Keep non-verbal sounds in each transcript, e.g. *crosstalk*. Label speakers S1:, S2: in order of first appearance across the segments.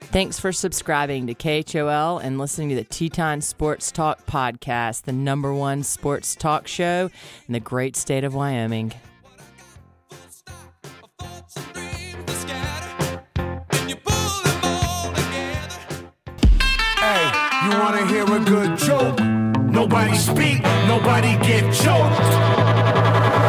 S1: Thanks for subscribing to KHOL and listening to the Teton Sports Talk podcast, the number one sports talk show in the great state of Wyoming.
S2: Hey, you wanna hear a good joke? Nobody speak, nobody get choked.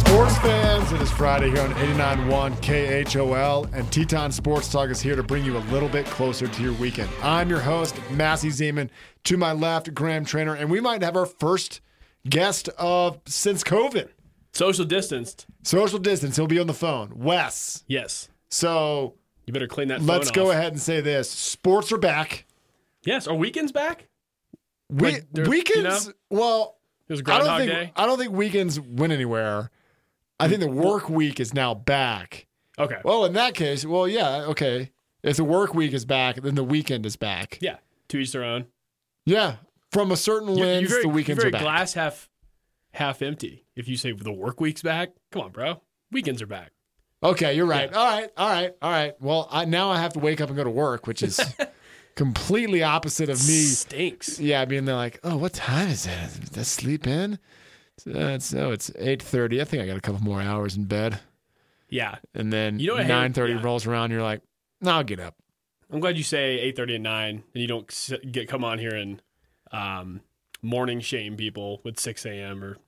S3: Sports fans, it is Friday here on 89.1 KHOL, and Teton Sports Talk is here to bring you a little bit closer to your weekend. I'm your host, Massey Zeman. To my left, Graham Trainer, and we might have our first guest of since COVID.
S4: Social distanced.
S3: Social distance, he'll be on the phone. Wes.
S4: Yes.
S3: So
S4: You better clean that.
S3: let's
S4: phone
S3: go
S4: off.
S3: ahead and say this: sports are back.
S4: Yes. Are weekends back?
S3: We,
S4: Like, they're- you
S3: weekends,
S4: know?
S3: well,
S4: It was
S3: I don't
S4: Groundhog
S3: think
S4: Day. Mm.
S3: I don't think weekends went anywhere. I think the work week is now back.
S4: Okay.
S3: Well, in that case, well, yeah, okay. If the work week is back, then the weekend is back.
S4: yeah. To each their own.
S3: Yeah. From a certain
S4: You're-
S3: lens,
S4: you're very,
S3: the weekends
S4: you're
S3: are back.
S4: very glass half half empty. If you say the work week's back, come on, bro. Weekends are back.
S3: Okay, you're right. All right, all right, all right. Well, I, now I have to wake up and go to work, which
S4: *laughs*
S3: is completely opposite of me.
S4: stinks.
S3: Yeah, being there like, oh, what time is it? Does sleep in? Uh, it's, oh, it's eight thirty. I think I got a couple more hours in bed,
S4: Yeah.
S3: and then
S4: You know what I hate-
S3: nine thirty
S4: yeah.
S3: rolls around. You're like, no, I'll get up.
S4: I'm glad you say 8:30 and 9, and you don't s- get come on here and um, morning shame people with 6 a.m. or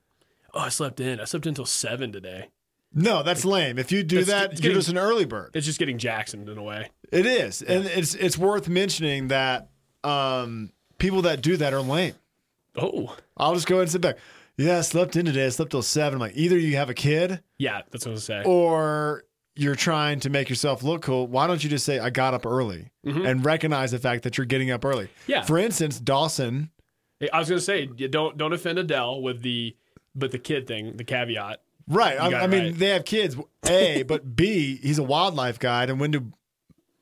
S4: oh I slept in. I slept until seven today.
S3: No, that's lame. If you do
S4: That's- that, it's you're getting- just
S3: an early bird.
S4: It's just getting Jackson in a way.
S3: It is, and it's it's worth mentioning that um, people that do that are lame.
S4: Oh.
S3: I'll just go ahead and sit back. Yeah, I slept in today. I slept till seven. Like either you have a kid
S4: Yeah, that's what I was saying.
S3: or you're trying to make yourself look cool. Why don't you just say I got up early and recognize the fact that you're getting up early?
S4: Mm-hmm. Yeah.
S3: For instance, Dawson.
S4: Hey, I was gonna say you don't don't offend Adele with the but the kid thing, the caveat.
S3: Right.
S4: got
S3: I, I
S4: it
S3: mean,
S4: right.
S3: they have kids. A, but B, he's a wildlife guide. And when do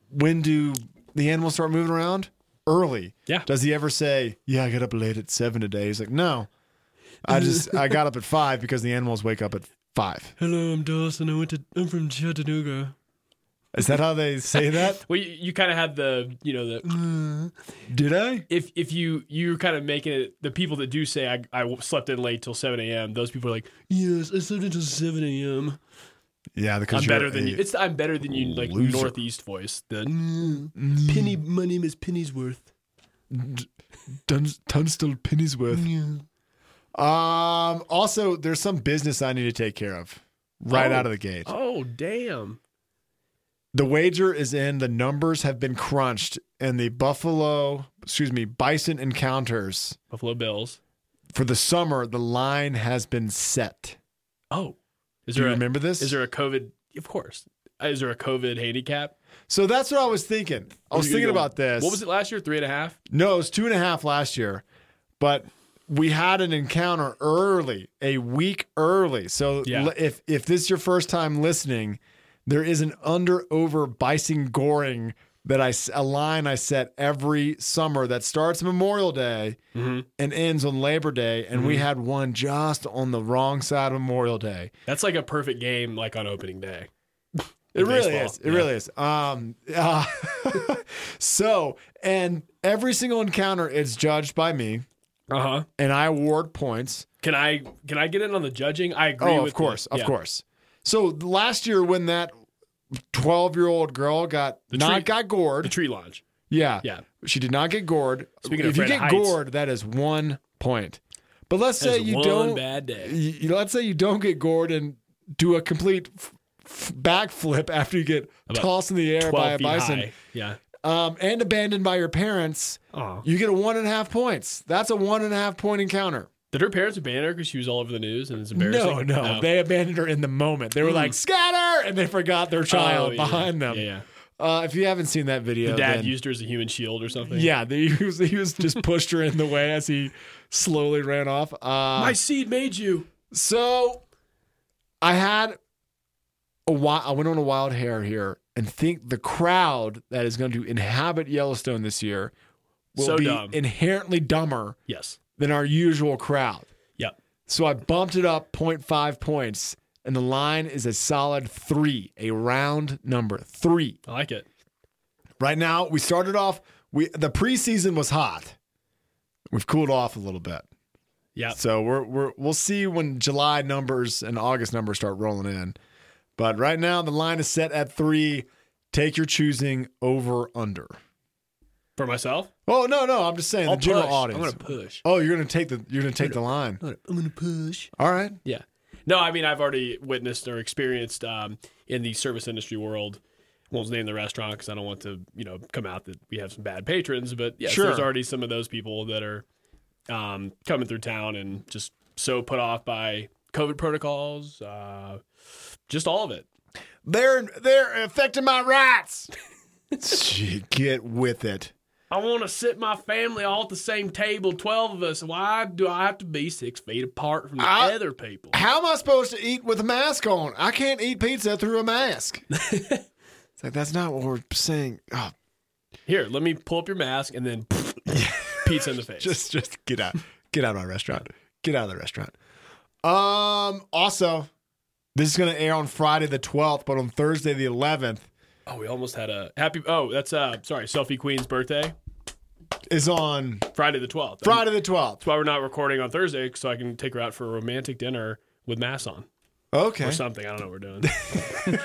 S3: when do the animals start moving around? Early.
S4: Yeah.
S3: Does he ever say, "Yeah, I got up late at seven today"? He's like, "No, I just I got up at five because the animals wake up at five.
S4: Hello, I'm Dawson. I went to I'm from Chattanooga.
S3: Is that how they say
S4: *laughs*
S3: that?
S4: Well, you, you kind of had the you know the
S3: Did I?
S4: if if you you're kind of making it the people that do say I I slept in late till seven a.m. Those people are like yes I slept until seven a.m.
S3: Yeah, because
S4: I'm
S3: you're
S4: better than
S3: a-
S4: you. It's the I'm better than you like
S3: loser.
S4: northeast voice. The Penny. My name is Pennyworth.
S3: Dun- Tunstall Pennyworth. Um. Also, there's some business I need to take care of right
S4: Oh.
S3: out of the gate.
S4: Oh damn.
S3: The wager is in. The numbers have been crunched, and the Buffalo, excuse me, Bison encounters
S4: Buffalo Bills.
S3: for the summer. The line has been set.
S4: Oh, is
S3: Do you
S4: there a-
S3: remember this?
S4: Is there a COVID? Of course. Is there a COVID handicap?
S3: so that's what I was thinking. I was
S4: You're
S3: thinking
S4: gonna go-
S3: about this.
S4: What was it last year? Three and a half.
S3: No, it was two and a half last year, but we had an encounter early, a week early. So
S4: Yeah.
S3: l- if if this is your first time listening, there is an under over bison goring that I s- a line I set every summer that starts Memorial Day
S4: Mm-hmm.
S3: and ends on Labor Day, and we had one just on the wrong side of Memorial Day.
S4: That's like a perfect game, like on opening day.
S3: It really
S4: baseball,
S3: is. It
S4: yeah.
S3: really is. Um, uh, *laughs* so and every single encounter is judged by me.
S4: Uh huh.
S3: and I award points.
S4: Can I can I get in on the judging? I agree.
S3: Oh,
S4: with
S3: of course,
S4: you.
S3: of
S4: Yeah.
S3: course. So last year when that twelve-year-old girl got not
S4: tree-
S3: got
S4: The
S3: gored,
S4: tree launch.
S3: yeah,
S4: Yeah.
S3: she did not get gored.
S4: Speaking of
S3: if you
S4: Fred
S3: get
S4: Heights.
S3: gored, that is one point. But let's
S4: That
S3: say
S4: was
S3: you
S4: one
S3: don't.
S4: bad day.
S3: y- y- let's say you don't get gored and do a complete f- f- backflip *laughs* after you get
S4: About
S3: tossed in the air by
S4: Twelve
S3: a
S4: feet
S3: bison
S4: high. Yeah.
S3: um, and abandoned by your parents.
S4: Oh.
S3: You get a one and a half points. That's a one and a half point encounter.
S4: Did her parents abandon her because she was all over the news and it's embarrassing?
S3: No, no,
S4: Oh.
S3: they abandoned her in the moment. They were like scatter, and they forgot their child
S4: Oh, yeah.
S3: behind them.
S4: Yeah, yeah.
S3: Uh, if you haven't seen that video,
S4: The dad
S3: then-
S4: used her as a human shield or something.
S3: yeah, they, *laughs* he was he was just pushed her in the way as he slowly ran off. Uh,
S4: My seed made you.
S3: so I had a wild, I went on a wild hair here and think the crowd that is going to inhabit Yellowstone this year will
S4: So
S3: be
S4: dumb.
S3: inherently dumber
S4: Yes.
S3: than our usual crowd.
S4: Yep.
S3: So I bumped it up 0.5 points and the line is a solid three, a round number three.
S4: I like it.
S3: Right now, we started off. We the preseason was hot. We've cooled off a little bit,
S4: Yeah.
S3: so we're we're we'll see when July numbers and August numbers start rolling in. But right now, the line is set at three. Take your choosing over under.
S4: For myself,
S3: Oh no, no, I'm just saying
S4: I'll
S3: the general
S4: push.
S3: audience.
S4: I'm gonna push.
S3: oh, you're gonna take the you're gonna take the line.
S4: I'm gonna push.
S3: All right.
S4: Yeah. No, I mean I've already witnessed or experienced um, in the service industry world. Won't name the restaurant because I don't want to, you know, come out that we have some bad patrons. But yes,
S3: Sure.
S4: there's already some of those people that are um, coming through town and just so put off by COVID protocols, uh, just all of it.
S3: They're they're affecting my rights. Gee, get with it.
S4: I want to sit my family all at the same table, twelve of us. Why do I have to be six feet apart from the
S3: I-
S4: other people?
S3: How am I supposed to eat with a mask on? I can't eat pizza through a mask. it's like that's not what we're saying. Oh,
S4: Here, let me pull up your mask and then *laughs* pizza in the face.
S3: just just get out. Get out of my restaurant. Get out of the restaurant. Um also, this is gonna air on Friday the twelfth, but on Thursday the eleventh
S4: Oh, we almost had a happy. Oh, that's uh, sorry, Selfie Queen's birthday,
S3: is on
S4: Friday the twelfth. That's
S3: Friday the twelfth.
S4: why we're not recording on Thursday, so I can take her out for a romantic dinner with mass on
S3: Okay.
S4: or something. I don't know what we're
S3: *laughs*
S4: doing.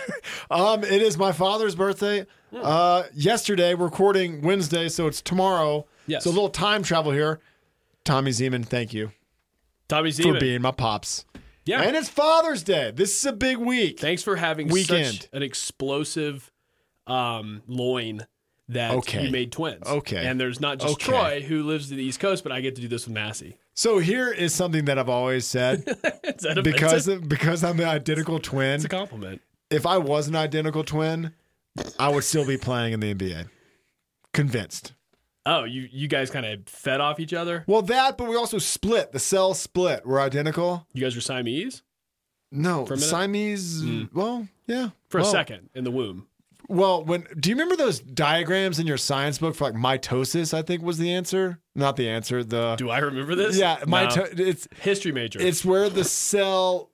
S3: Um, it is my father's birthday.
S4: Hmm.
S3: Uh, yesterday, we're recording Wednesday, so it's tomorrow.
S4: Yes.
S3: So a little time travel here. Tommy Zeman, thank you
S4: Tommy
S3: for
S4: Zeman.
S3: being my pops.
S4: yeah.
S3: And it's Father's Day. This is a big week.
S4: Thanks for having
S3: Weekend.
S4: such an explosive um, loin that
S3: Okay.
S4: you made twins.
S3: Okay.
S4: And there's not just
S3: Okay.
S4: Troy who lives to the East Coast, but I get to do this with Massey. *laughs*
S3: So here is something that I've always said
S4: Is that offensive?
S3: because of, because I'm an identical twin.
S4: it's a compliment.
S3: If I was an identical twin, I would still be playing in the NBA. Convinced.
S4: Oh, you you guys kind of fed off each other.
S3: Well, that, but we also split. The cells split. We're identical.
S4: You guys were Siamese
S3: No,
S4: a minute? Hmm.
S3: Siamese. Well, yeah.
S4: for
S3: Well,
S4: a second in the womb.
S3: Well, when do you remember those diagrams in your science book for like mitosis? I think was the answer, not the answer. The
S4: Do I remember this?
S3: yeah,
S4: No.
S3: mito- it's
S4: history major.
S3: it's where the cell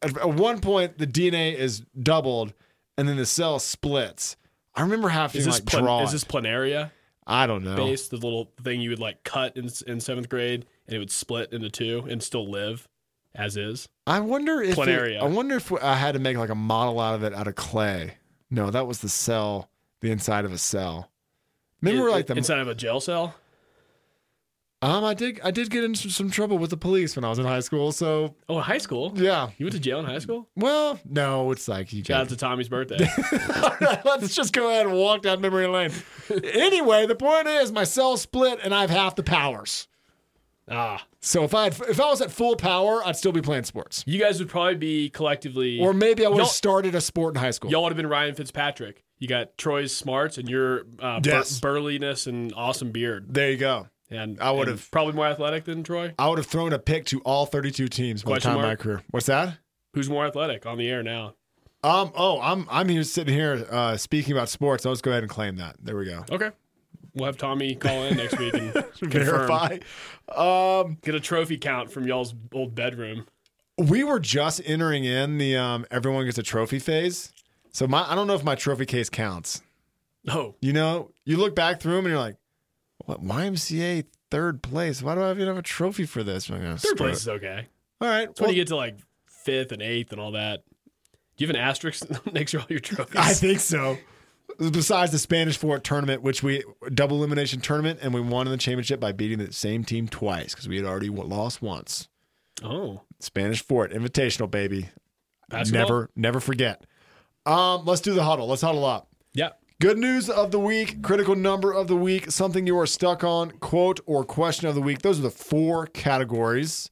S3: at at one point the DNA is doubled and then the cell splits. I remember having
S4: is
S3: to
S4: this
S3: like Oh.
S4: plan-
S3: draw.
S4: is
S3: it.
S4: this planaria
S3: I don't know.
S4: based? The little thing you would like cut in in seventh grade, and it would split into two and still live as is.
S3: I wonder if it-
S4: Planaria.
S3: I wonder if I had to make like a model out of it out of clay. No, that was the cell, the inside of a cell. Remember
S4: In-
S3: like the
S4: inside of a jail cell.
S3: um I did I did get into some trouble with the police when I was in high school, so
S4: Oh, in high school.
S3: yeah.
S4: You went to jail in high school.
S3: Well, no, it's like you
S4: Shout
S3: got.
S4: out to
S3: *laughs*
S4: Tommy's birthday.
S3: Let's just go ahead and walk down memory lane. anyway, the point is, my cells split and I have half the powers.
S4: ah,
S3: So if I had, if I was at full power, I'd still be playing sports,
S4: you guys would probably be collectively,
S3: or maybe I would
S4: Y'all-
S3: have started a sport in high school.
S4: y'all would have been Ryan Fitzpatrick. You got Troy's smarts and your uh, bur-
S3: Yes.
S4: burliness and awesome beard,
S3: There you go.
S4: and
S3: I would
S4: and
S3: have-
S4: probably more athletic than Troy.
S3: I would have thrown a pick to all 32 teams by the
S4: Question
S3: time of my
S4: mark?
S3: career. What's that?
S4: Who's more athletic on the air now?
S3: Um. Oh, I'm I'm here sitting here uh, speaking about sports. I'll just go ahead and claim that. There we go.
S4: Okay, we'll have Tommy call in next week
S3: *laughs*
S4: and confirm.
S3: Verify. Um.
S4: Get a trophy count from y'all's old bedroom.
S3: we were just entering in the um, everyone gets a trophy phase. So my I don't know if my trophy case counts.
S4: Oh,
S3: You know, you look back through them and you're like, what YMCA third place? Why do I even have a trophy for this? I'm like, "Oh,
S4: third
S3: screw
S4: place
S3: it."
S4: is okay.
S3: All right.
S4: It's when
S3: well,
S4: you get to like fifth and eighth and all that. Do you have an asterisk *laughs* next to all your trophies?
S3: I think so. Besides the Spanish Fort tournament, which we double elimination tournament, and we won in the championship by beating the same team twice because we had already w- lost once.
S4: oh,
S3: Spanish Fort Invitational, baby.
S4: basketball?
S3: Never, never forget. Um, let's do the huddle. Let's huddle up.
S4: Yeah.
S3: Good news of the week, critical number of the week, something you are stuck on, quote or question of the week. Those are the four categories.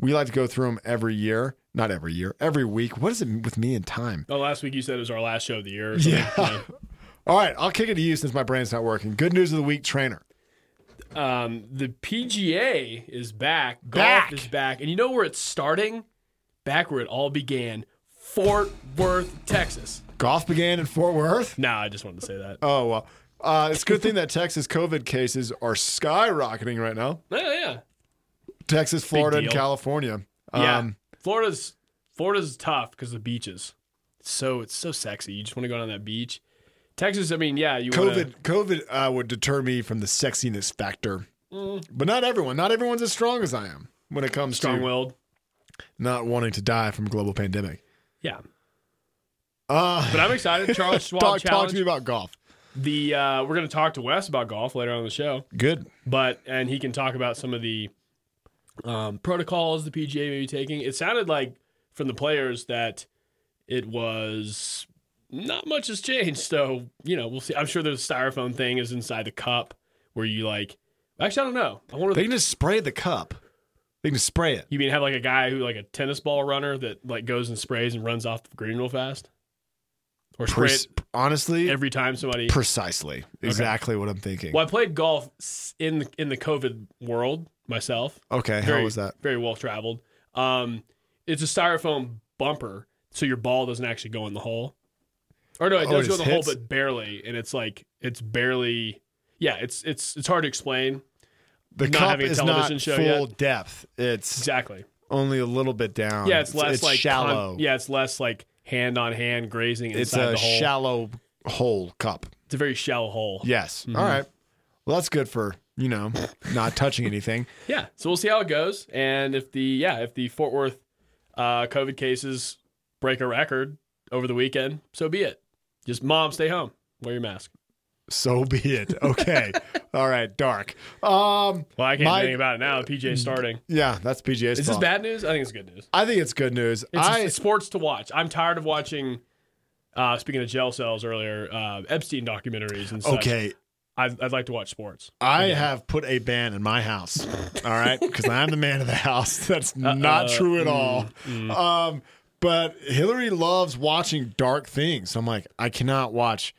S3: We like to go through them every year. Not every year, every week. What is it with me and time?
S4: Oh, last week you said it was our last show of the year. or something.
S3: All right, I'll kick it to you since my brain's not working. Good news of the week, trainer.
S4: Um, the PGA is back. Golf
S3: Back.
S4: is back, and you know where it's starting? Back where it all began, Fort Worth, Texas.
S3: Golf began in Fort Worth.
S4: Nah, I just wanted to say that.
S3: Oh, well. Uh, it's a good
S4: *laughs*
S3: thing that Texas COVID cases are skyrocketing right now.
S4: yeah, yeah,
S3: Texas, Florida, and
S4: deal.
S3: California.
S4: yeah.
S3: Um,
S4: Florida's Florida's tough because the beaches. It's so it's so sexy. You just want to go down that beach. Texas, I mean, yeah, you wanna-
S3: COVID, COVID uh, would deter me from the sexiness factor,
S4: Mm.
S3: but not everyone. Not everyone's as strong as I am when it comes to
S4: strong-willed.
S3: not wanting to die from global pandemic.
S4: Yeah,
S3: Uh,
S4: but I'm
S3: *laughs*
S4: excited. Charles Schwab
S3: talk, talk
S4: Challenge.
S3: to me about golf.
S4: The uh, we're going to talk to Wes about golf later on in the show,
S3: Good.
S4: but and he can talk about some of the um, protocols the PGA may be taking. It sounded like from the players that it was not much has changed. So you know, we'll see. I'm sure there's a styrofoam thing is inside the cup where you like. Actually, I don't know. I wonder.
S3: They can just spray the cup. They can just spray it.
S4: you mean have like a guy who like a tennis ball runner that like goes and sprays and runs off the green real fast, or spray
S3: Prec- honestly,
S4: it every time somebody
S3: precisely, exactly what I'm thinking.
S4: Well, I played golf s- in the, in the COVID world myself.
S3: Okay, how was that?
S4: Very well traveled. Um, it's a styrofoam bumper, so your ball doesn't actually go in the hole. Or no, it
S3: Oh,
S4: does
S3: it
S4: go in
S3: just
S4: the hole,
S3: hits?
S4: but barely. And it's like it's barely. Yeah, it's it's it's hard to explain
S3: The
S4: not
S3: cup
S4: having a
S3: is
S4: television
S3: not
S4: show
S3: full depth. It's
S4: exactly.
S3: only a little bit down.
S4: Yeah, it's, less like con-
S3: Um, shallow.
S4: yeah, it's less like hand on hand grazing inside
S3: it's a
S4: the hole.
S3: shallow hole cup.
S4: it's a very shallow hole.
S3: Yes.
S4: Mm-hmm.
S3: All right. Well, that's good for you know not touching anything. *laughs*
S4: Yeah, so we'll see how it goes, and if the yeah if the Fort Worth uh, COVID cases break a record over the weekend, so be it. Just mom, stay home, wear your mask.
S3: So be it.
S4: *laughs*
S3: Okay. All right. Dark. Um.
S4: Well, I can't
S3: My-
S4: do anything about it now. The PJ's starting.
S3: Yeah. That's PGA's
S4: Is this
S3: fault.
S4: bad news? I think it's good news.
S3: I think it's good news.
S4: It's
S3: I
S4: it's sports to watch. I'm tired of watching. Uh, speaking of jail cells earlier, uh, Epstein documentaries and such.
S3: okay.
S4: I'd, I'd like to watch sports.
S3: I have put a ban in my house. All
S4: *laughs*
S3: right, because I'm the man of the house. *laughs* That's not true
S4: Mm-hmm.
S3: at all. Um, but Hillary loves watching dark things. I'm like, I cannot watch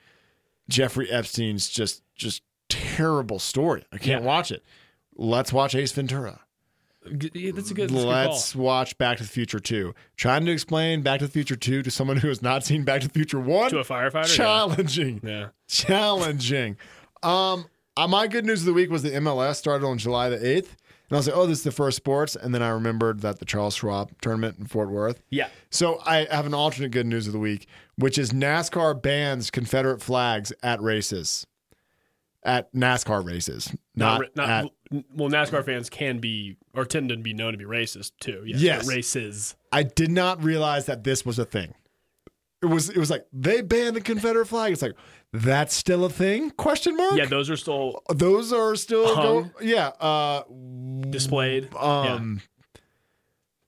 S3: Jeffrey Epstein's just just terrible story. I can't
S4: Yeah.
S3: watch it. Let's watch Ace Ventura.
S4: G- yeah, That's a good. That's a good
S3: Let's
S4: call.
S3: watch Back to the Future 2. Trying to explain Back to the Future 2 to someone who has not seen Back to the Future 1
S4: to a firefighter. Yeah.
S3: challenging
S4: yeah.
S3: challenging. Um, uh, my good news of the week was the MLS started on July the eighth, and I was like, "Oh, this is the first sports." And then I remembered that the Charles Schwab tournament in Fort Worth.
S4: Yeah.
S3: So I have an alternate good news of the week, which is NASCAR bans Confederate flags at races, at NASCAR races, not,
S4: not, not
S3: at-
S4: well. NASCAR fans can be or tend to be known to be racist too. Yeah,
S3: Yes.
S4: races.
S3: I did not realize that this was a thing. It was. It was like they banned the Confederate flag. It's like that's still a thing? Question mark.
S4: Yeah, those are still
S3: Those are still
S4: Hung.
S3: go- yeah. Uh,
S4: displayed.
S3: Um, uh,
S4: yeah.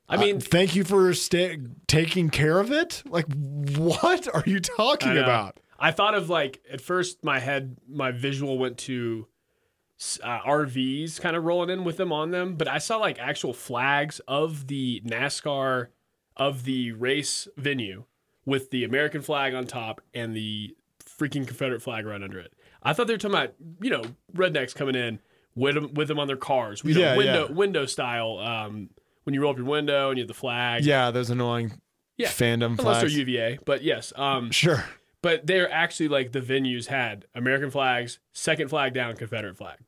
S4: I mean,
S3: thank you for sta taking care of it. Like, what are you talking
S4: I know.
S3: about?
S4: I thought of like at first my head, my visual went to s- uh, RVs kind of rolling in with them on them, but I saw like actual flags of the NASCAR of the race venue with the American flag on top and the freaking Confederate flag right under it. I thought they were talking about you know rednecks coming in with them with them on their cars, you know,
S3: Yeah,
S4: window
S3: yeah.
S4: window style. Um, when you roll up your window and you have the flag,
S3: Yeah, those annoying
S4: Yeah.
S3: fandom
S4: unless they're
S3: flags.
S4: UVA, but yes, um,
S3: sure.
S4: but they're actually like the venues had American flags, second flag down, Confederate flag,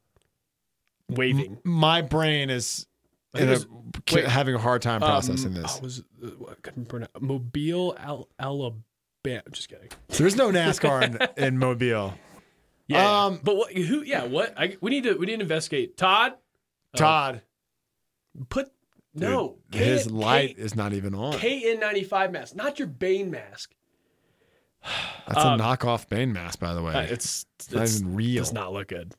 S4: waving.
S3: My brain is
S4: think
S3: in a-
S4: it
S3: ca-
S4: wait.
S3: having a hard time processing
S4: Um,
S3: this.
S4: oh, was uh, I couldn't pronounce Mobile, Al- Alabama. I'm just kidding.
S3: There's no NASCAR in, in
S4: *laughs*
S3: Mobile.
S4: Oh. Yeah,
S3: Um,
S4: but what? Who? Yeah, what? I, we need to we need to investigate. Todd,
S3: Todd,
S4: put no
S3: dude, his
S4: K-
S3: light is not even on.
S4: K- KN95 mask, not your Bane mask.
S3: That's a knockoff Bane mask, by the way.
S4: Um, Uh, it's it's
S3: not even real.
S4: Does not look good.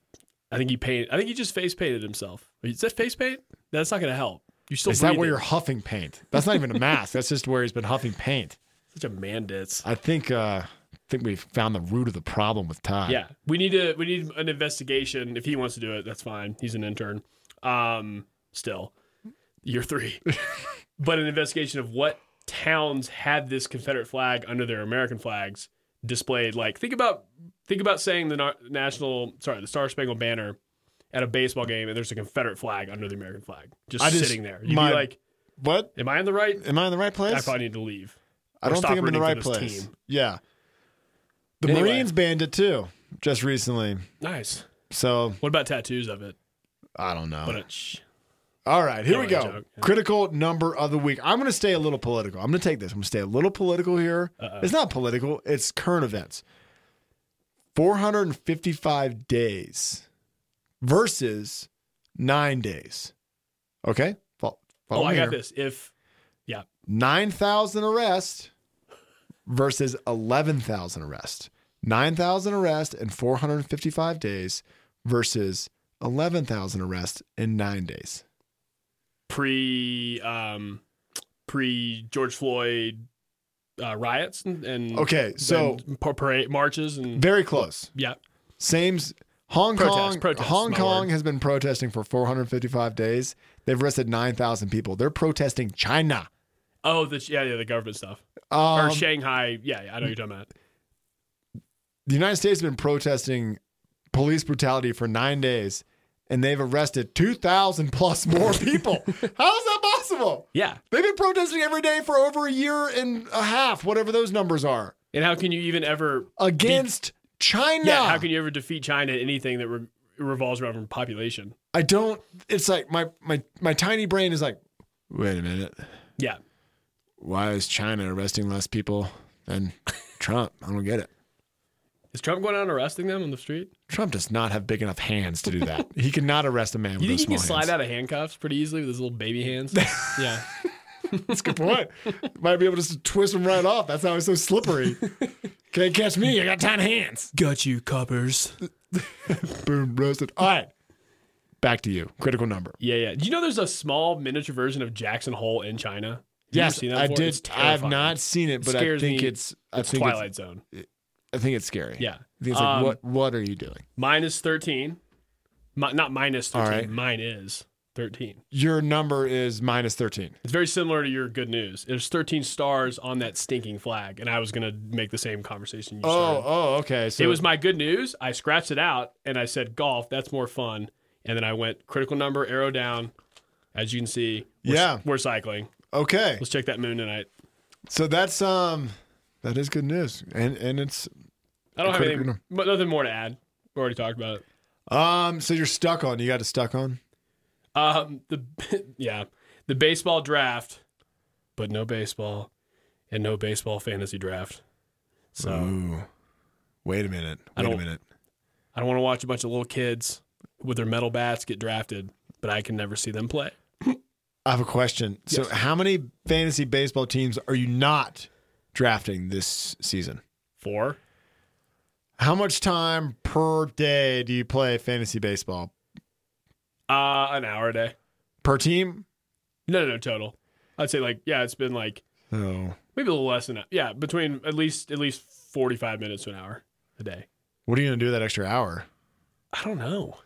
S4: I think he paint. I think he just face painted himself. Is that face paint? That's not going to help. You're still
S3: is that where
S4: breathing.
S3: you're huffing paint? That's not even a mask. That's just where he's been huffing paint.
S4: such a man ditz.
S3: I think. uh I think we found the root of the problem with Todd.
S4: Yeah, we need to we need an investigation. If he wants to do it, that's fine. He's an intern. Um, still,
S3: *laughs*
S4: year three, but an investigation of what towns had this Confederate flag under their American flags displayed. Like, think about think about saying the na- national sorry the Star Spangled Banner at a baseball game, and there's a Confederate flag under the American flag, just,
S3: I just-
S4: sitting there. You'd
S3: my-
S4: be like,
S3: What?
S4: "Am I in the right?
S3: Am I in the right place?
S4: I probably need to leave."
S3: I
S4: Or
S3: don't
S4: stop
S3: think I'm in the right
S4: rooting for this
S3: place.
S4: team.
S3: Yeah. The
S4: Anyway.
S3: Marines banned it too, just recently.
S4: Nice.
S3: So
S4: What about tattoos of it?
S3: I don't know.
S4: But it's,
S3: All right, here we
S4: That was a
S3: go.
S4: joke.
S3: Critical number of the week. I'm going to stay a little political. I'm going to take this. I'm going to stay a little political here.
S4: Uh-uh.
S3: It's not political, it's current events. 455 days versus nine days. Okay? Fo-
S4: Oh,
S3: follow
S4: I
S3: me
S4: got
S3: here.
S4: this. If
S3: 9,000 arrests versus 11,000 arrests. 9,000 arrests in 455 days versus 11,000 arrests in nine days.
S4: pre um pre George Floyd uh, riots and, and
S3: Okay, so-
S4: and par- parade marches and
S3: Very close.
S4: yeah.
S3: Same. s- Hong
S4: Protest,
S3: Kong.
S4: protest is
S3: Hong
S4: my
S3: Kong
S4: word.
S3: has been protesting for 455 days. They've arrested 9,000 people. They're protesting China.
S4: Oh, the yeah, yeah, the government stuff or
S3: Um,
S4: Shanghai. Yeah, yeah, I know you're talking about.
S3: the United States has been protesting police brutality for nine days, and they've arrested 2,000 plus
S4: *laughs*
S3: more people. How is that possible?
S4: Yeah,
S3: They've been protesting every day for over a year and a half, whatever those numbers are,
S4: and how can you even ever?
S3: Oh, against China.
S4: Yeah, how can you ever defeat China in anything that re- revolves around population?
S3: I don't. It's like my my my tiny brain is like, wait a minute.
S4: Yeah,
S3: why is China arresting less people
S4: *laughs*
S3: than Trump? I don't get it.
S4: is Trump going out and arresting them on the street?
S3: Trump does not have big enough hands to do that. he cannot arrest a man with
S4: *laughs* You
S3: those
S4: think he
S3: small
S4: can slide
S3: hands.
S4: out of handcuffs pretty easily with his little
S3: *laughs*
S4: baby hands? yeah,
S3: That's a good point.
S4: *laughs*
S3: Might be able to just twist him right off. That's how he's so slippery. Can't catch me. I got tiny hands.
S4: got you, coppers.
S3: Boom, roasted. All right. Back to you. Critical number.
S4: Yeah, yeah. Do you know there's a small miniature version of Jackson Hole in China? Have you
S3: yes,
S4: ever seen that
S3: I
S4: before? It's
S3: did. I've
S4: terrifying.
S3: not seen it, but I
S4: Scares
S3: think
S4: me.
S3: it's. I
S4: It's
S3: think
S4: Twilight
S3: It's,
S4: Zone.
S3: I think it's scary.
S4: Yeah.
S3: I think it's like,
S4: Um,
S3: what? What are you doing?
S4: Mine is 13. Mi- not minus 13.
S3: All right.
S4: Mine is 13.
S3: Your number is minus thirteen.
S4: It's very similar to your good news. There's 13 stars on that stinking flag, and I was going to make the same conversation you
S3: Oh,
S4: started.
S3: oh, okay. So
S4: It was my good news. I scratched it out, and I said, golf, that's more fun. And then I went critical number, arrow down. As you can see, we're,
S3: Yeah.
S4: we're cycling.
S3: okay.
S4: Let's check that moon tonight.
S3: So that's um that is good news. And and it's
S4: I don't have
S3: Critical
S4: anything, but nothing more to add. We already talked about it.
S3: um so you're stuck on. You got it stuck on?
S4: Um, the *laughs* yeah, the baseball draft, but no baseball, and no baseball fantasy draft. So
S3: Ooh. Wait a minute.
S4: I
S3: Wait a
S4: don't-
S3: minute.
S4: I don't want to watch a bunch of little kids with their metal bats get drafted, but I can never see them play.
S3: I have a question. So how many fantasy baseball teams are you not drafting this season?
S4: Four.
S3: How much time per day do you play fantasy baseball?
S4: Uh, an hour a day.
S3: Per team?
S4: No, no, no, total. I'd say like yeah, it's been like
S3: Oh.
S4: maybe a little less than that. Yeah, between at least at least forty five minutes to an hour a day.
S3: What are you gonna do that extra hour?
S4: I don't know.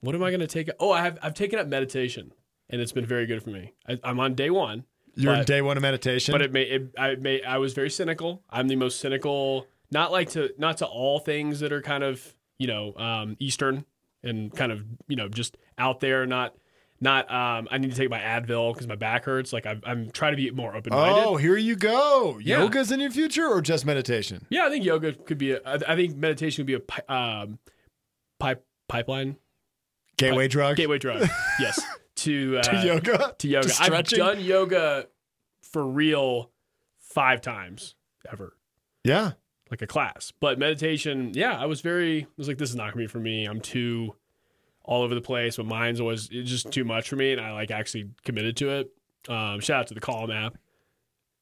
S4: What am I going to take? Oh, I've I've taken up meditation, and it's been very good for me. I, I'm on day one.
S3: You're in
S4: But-
S3: day one of meditation.
S4: But it may, it, I may, I was very cynical. I'm the most cynical, not like to, not to all things that are kind of, you know, um, Eastern and kind of, you know, just out there, not, not, um, I need to take my Advil because my back hurts. Like I'm, I'm trying to be more open minded.
S3: oh, here you go.
S4: Yeah.
S3: Yoga's in your future or just meditation?
S4: Yeah. I think yoga could be, a, I I think meditation would be a, pi- um, pipe, pipeline,
S3: Gateway drug?
S4: gateway drug. yes. To, uh,
S3: to *laughs*
S4: *laughs*
S3: yoga?
S4: to yoga.
S3: To
S4: I've
S3: stretching?
S4: done yoga for real five times ever.
S3: Yeah.
S4: like a class. But meditation, yeah, I was very I was like, this is not gonna be for me. I'm too all over the place. My mind's always it's just too much for me, and I like actually committed to it. Um, shout out to the Calm app.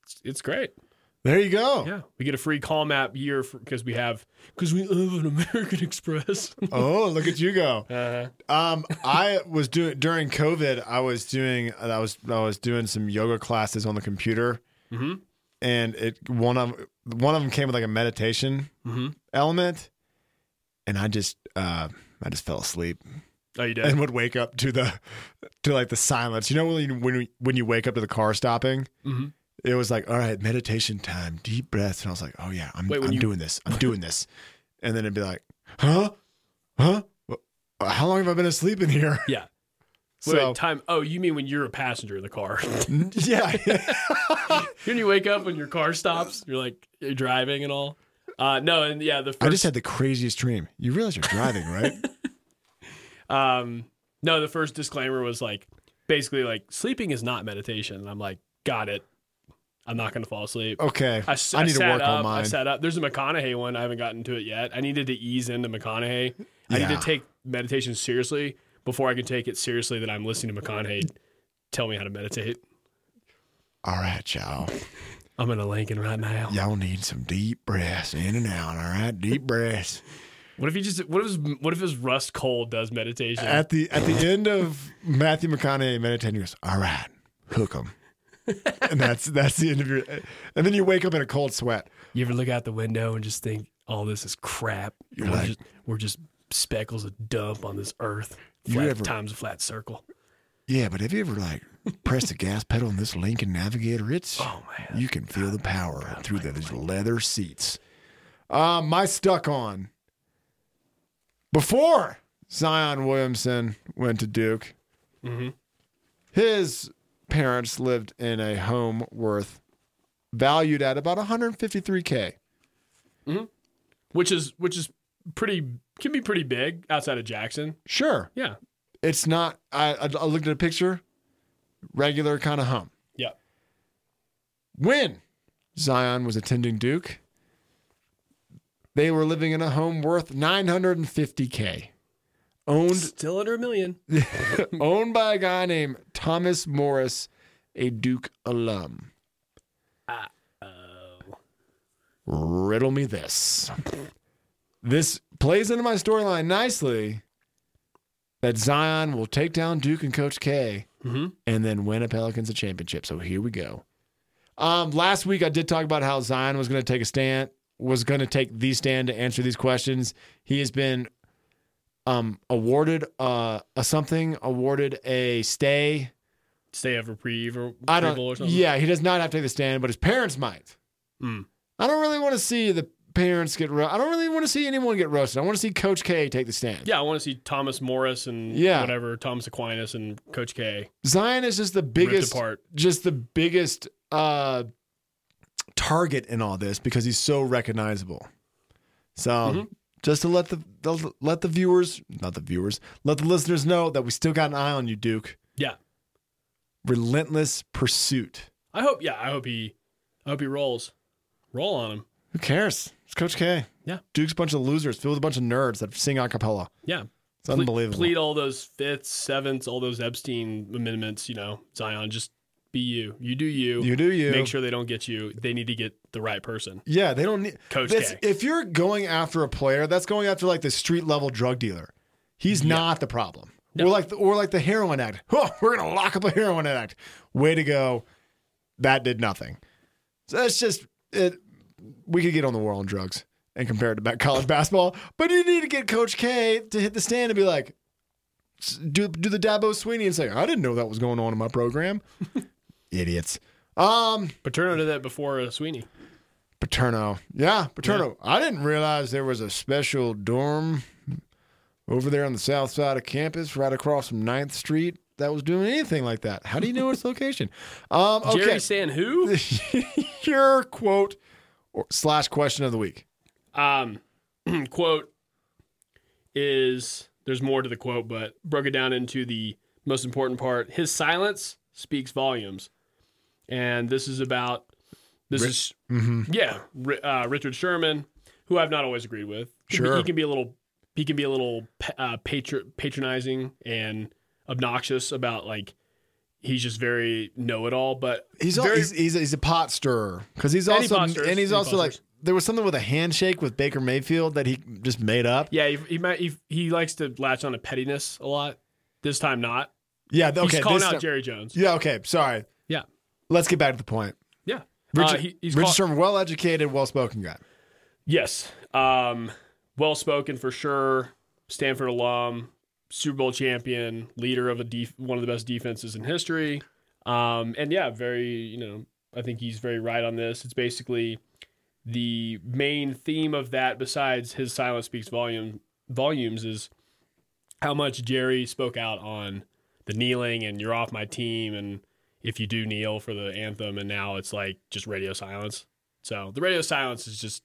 S4: It's, it's great.
S3: There you go.
S4: Yeah, we get a free Calm app year because we have because we live in American *laughs* Express.
S3: *laughs* Oh, look at you go.
S4: uh,
S3: Um, I was doing during COVID. I was doing. I was. I was doing some yoga classes on the computer,
S4: Mhm.
S3: and it one of one of them came with like a meditation
S4: Mhm.
S3: element, and I just uh, I just fell asleep
S4: oh, you did.
S3: and would wake up to the to like the silence. You know when you, when you, when you wake up to the car stopping.
S4: Mhm.
S3: It was like, all right, meditation time, deep breaths, and I was like, oh yeah, I'm,
S4: Wait, when
S3: I'm
S4: you-
S3: doing this,
S4: *laughs*
S3: I'm doing this, and then it'd be like, huh, huh, Wh- how long have I been asleep in here?
S4: Yeah. Wait,
S3: *laughs* So
S4: wait, time. Oh, you mean when you're a passenger in the car? *laughs*
S3: n- *laughs* yeah,
S4: when you wake up when your car stops, you're like you're driving and all. Uh, no, and yeah, the first
S3: I just had the craziest dream. You
S4: *laughs*
S3: realize you're driving, right?
S4: Um, no, the first disclaimer was like, basically like sleeping is not meditation. And I'm like, got it. I'm not gonna fall asleep.
S3: Okay.
S4: I,
S3: I,
S4: s-
S3: need to
S4: sat
S3: work
S4: up,
S3: on mine.
S4: I sat up. There's a McConaughey one. I haven't gotten to it yet. I needed to ease into McConaughey. I need
S3: Yeah.
S4: to take meditation seriously before I can take it seriously that I'm listening to McConaughey tell me how to meditate.
S3: All right, y'all.
S4: I'm in a Lincoln right now.
S3: Y'all need some deep breaths in and out. All right, deep breaths.
S4: What if he just? What if? His, what if his Rust Cole
S3: *laughs*
S4: does meditation?
S3: At the at the end of Matthew McConaughey meditating, he goes, "All right, hook 'em," and that's that's the end of your. And then you wake up in a cold sweat.
S4: you ever look out the window and just think, "All this is crap.
S3: You're
S4: we're,
S3: like-
S4: just, we're just speckles of dump on this earth.
S3: You
S4: Flat
S3: ever-
S4: times a flat circle."
S3: Yeah, but have you ever like pressed the gas pedal on this Lincoln Navigator? It's
S4: Oh man.
S3: you can feel the power through those leather seats. Uh, my stuck on. Before Zion Williamson went to Duke,
S4: Mm-hmm.
S3: his parents lived in a home worth valued at about 153k.
S4: Which is which is pretty can be pretty big outside of Jackson.
S3: Sure,
S4: Yeah.
S3: it's not. I, I I looked at a picture, regular kind of home.
S4: Yeah.
S3: when Zion was attending Duke, they were living in a home worth 950k, owned
S4: Still under a million.
S3: *laughs* owned by a guy named Thomas Morris, a Duke alum. Riddle me this. This plays into my storyline nicely that Zion will take down Duke and Coach K and then win a Pelicans a championship. So here we go. Um, last week I did talk about how Zion was going to take a stand, was going to take the stand to answer these questions. He has been um, awarded uh, a something, awarded a stay.
S4: Stay of reprieve or
S3: I don't.
S4: retrieval or something.
S3: Yeah, he does not have to take the stand, but his parents might.
S4: Hmm.
S3: I don't really want to see the parents get. Ro- I don't really want to see anyone get roasted. I want to see Coach K take the stand.
S4: Yeah, I want to see Thomas Morris and
S3: Yeah.
S4: whatever Thomas Aquinas and Coach K
S3: Zion is just the biggest.
S4: ripped apart.
S3: just the biggest uh, target in all this because he's so recognizable. So
S4: Mm-hmm.
S3: just to let the, the let the viewers, not the viewers, let the listeners know that we still got an eye on you, Duke.
S4: Yeah,
S3: Relentless pursuit.
S4: I hope. Yeah, I hope he. I hope he rolls. Roll on him.
S3: Who cares? It's Coach K.
S4: Yeah.
S3: Duke's a bunch of losers filled with a bunch of nerds that sing a cappella.
S4: Yeah,
S3: It's unbelievable.
S4: Plead all those fifths, sevenths, all those Epstein amendments. You know, Zion, just be you. You do you.
S3: You do you.
S4: Make sure they don't get you. They need to get the right person.
S3: Yeah, they don't need
S4: Coach
S3: that's-
S4: K.
S3: If you're going after a player, that's going after like the street level drug dealer. He's not the problem. Or like the, or like the heroin addict. *laughs* Oh, we're gonna lock up a heroin addict. Way to go. That did nothing. So that's just it. We could get on the war on drugs and compare it to back college basketball, but you need to get Coach K to hit the stand and be like, s- do do the Dabo Sweeney and say, I didn't know that was going on in my
S4: *laughs*
S3: program. Idiots. Um.
S4: Paterno did that before uh, Sweeney.
S3: Paterno. Yeah, Paterno. I didn't realize there was a special dorm over there on the south side of campus, right across from 9th Street, that was doing anything like that. How do you know its
S4: *laughs*
S3: location? Um, okay.
S4: Jerry saying who?
S3: *laughs* Your quote or slash question of the week.
S4: um, *clears throat* quote is there's more to the quote, but broke it down into the most important part. His silence speaks volumes, and this is about this is yeah Ri- uh, Richard Sherman, who I've not always agreed with. Can be-
S3: Sure.
S4: he can be a little he can be a little pa- uh, patro- patronizing and obnoxious about like he's just very know it all, but
S3: He's al-
S4: very,
S3: he's, he's, he's a pot stirrer because he's
S4: And he
S3: also
S4: pot stirs.
S3: and he's
S4: He
S3: also
S4: pot
S3: like
S4: stirs.
S3: there was something with a handshake with Baker Mayfield that he just made up.
S4: yeah he, he might he, he likes to latch on to pettiness a lot. This time not.
S3: Yeah, okay.
S4: he's calling
S3: this
S4: out
S3: time-
S4: Jerry Jones.
S3: Yeah, okay. Sorry.
S4: Yeah,
S3: Let's get back to the point.
S4: yeah.
S3: Richard,
S4: Uh, he- he's
S3: Richard
S4: call-
S3: Sherman, well educated, well spoken guy.
S4: yes, um, well spoken for sure. Stanford alum, Super Bowl champion, leader of a def- one of the best defenses in history, um, and yeah, very you know I think he's very right on this. It's basically the main theme of that, besides his silence speaks volume volumes, is how much Jerry spoke out on the kneeling and you're off my team and if you do kneel for the anthem and now it's like just radio silence. So the radio silence is just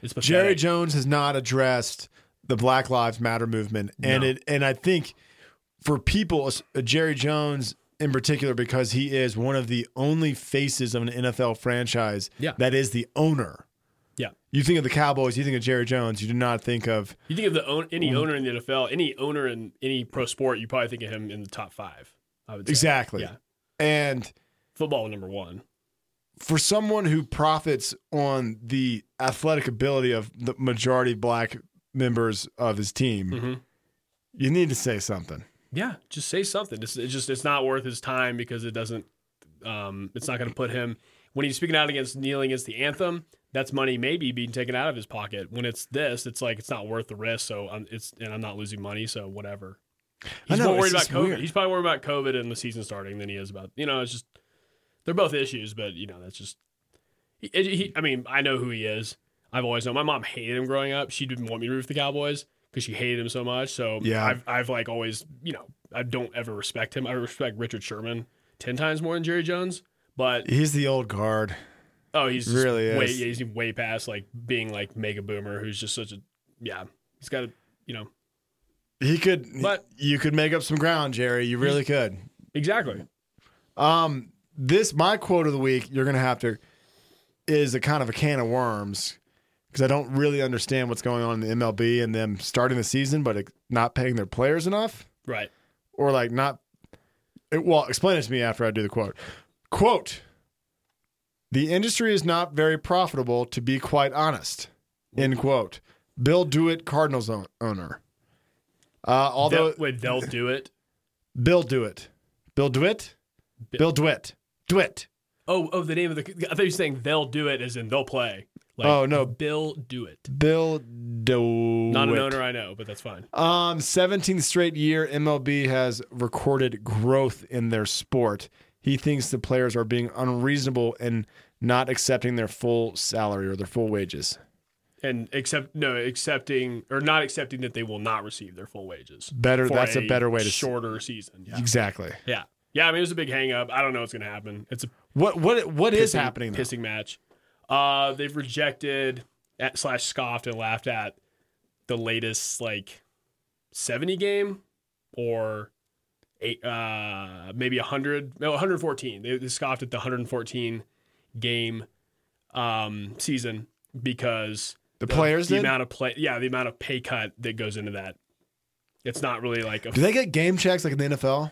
S4: it's pathetic.
S3: Jerry Jones has not addressed the Black Lives Matter movement, and
S4: No.
S3: it and I think for people, uh, Jerry Jones in particular because he is one of the only faces of an NFL franchise
S4: Yeah.
S3: that is the owner.
S4: Yeah.
S3: You think of the Cowboys, you think of Jerry Jones, you do not think of
S4: You think of the own, any owner in the NFL, any owner in any pro sport, you probably think of him in the top five. I would say.
S3: exactly.
S4: Yeah.
S3: And
S4: Football number one.
S3: for someone who profits on the athletic ability of the majority black members of his team,
S4: Mm-hmm.
S3: you need to say something.
S4: Yeah, just say something. It's, it's just it's not worth his time because it doesn't. Um, it's not going to put him when he's speaking out against kneeling against the anthem. That's money maybe being taken out of his pocket. When it's this, it's like it's not worth the risk. So I'm, it's and I'm not losing money. So whatever. He's
S3: know,
S4: more
S3: it's
S4: worried about
S3: just
S4: COVID.
S3: weird.
S4: He's probably worried about COVID and the season starting than he is about you know. It's just they're both issues, but you know that's just. He, he, I mean, I know who he is. I've always known. My mom hated him growing up. She didn't want me to root for the Cowboys because she hated him so much. So
S3: Yeah.
S4: I've I've like always you know I don't ever respect him. I respect Richard Sherman ten times more than Jerry Jones. But
S3: He's the old guard.
S4: oh, he's just
S3: Really
S4: way,
S3: is.
S4: yeah, he's way past like being like mega boomer who's just such a yeah. He's got a you know
S3: He could,
S4: But-
S3: you could make up some ground, Jerry. You really could.
S4: exactly.
S3: Um, this my quote of the week. You're gonna have to is a kind of a can of worms because I don't really understand what's going on in the MLB and them starting the season, but not paying their players enough.
S4: Right.
S3: or like not it, well explain it to me after i do the quote quote the industry is not very profitable to be quite honest end quote bill dewitt cardinals own, owner uh, although
S4: They'll- wait, they'll do it.
S3: bill dewitt bill dewitt
S4: Bi-
S3: bill dewitt dewitt
S4: Oh, oh, the name of the. I thought you were saying they'll do it, as in they'll play. Like,
S3: Oh, no.
S4: Bill do it.
S3: bill dewitt
S4: Not an owner I know, but that's fine.
S3: Um, 17th straight year, MLB has recorded growth in their sport. He thinks the players are being unreasonable in not accepting their full salary or their full wages.
S4: And accept no accepting or not accepting that they will not receive their full wages.
S3: Better-
S4: for
S3: that's a better way to s-
S4: shorter season. Yeah.
S3: Exactly.
S4: yeah, yeah. I mean, it was a big hang up. I don't know what's going to happen. It's a
S3: What what what is
S4: pissing-
S3: happening? Though?
S4: Pissing match. Uh, they've rejected at, slash scoffed and laughed at the latest like seventy game or eight, uh, maybe hundred, no, one hundred fourteen. They, they scoffed at the one hundred fourteen game um, season because
S3: The players
S4: the
S3: did?
S4: amount of play, yeah, the amount of pay cut that goes into that. It's not really like a.
S3: Do they get game checks like in the NFL?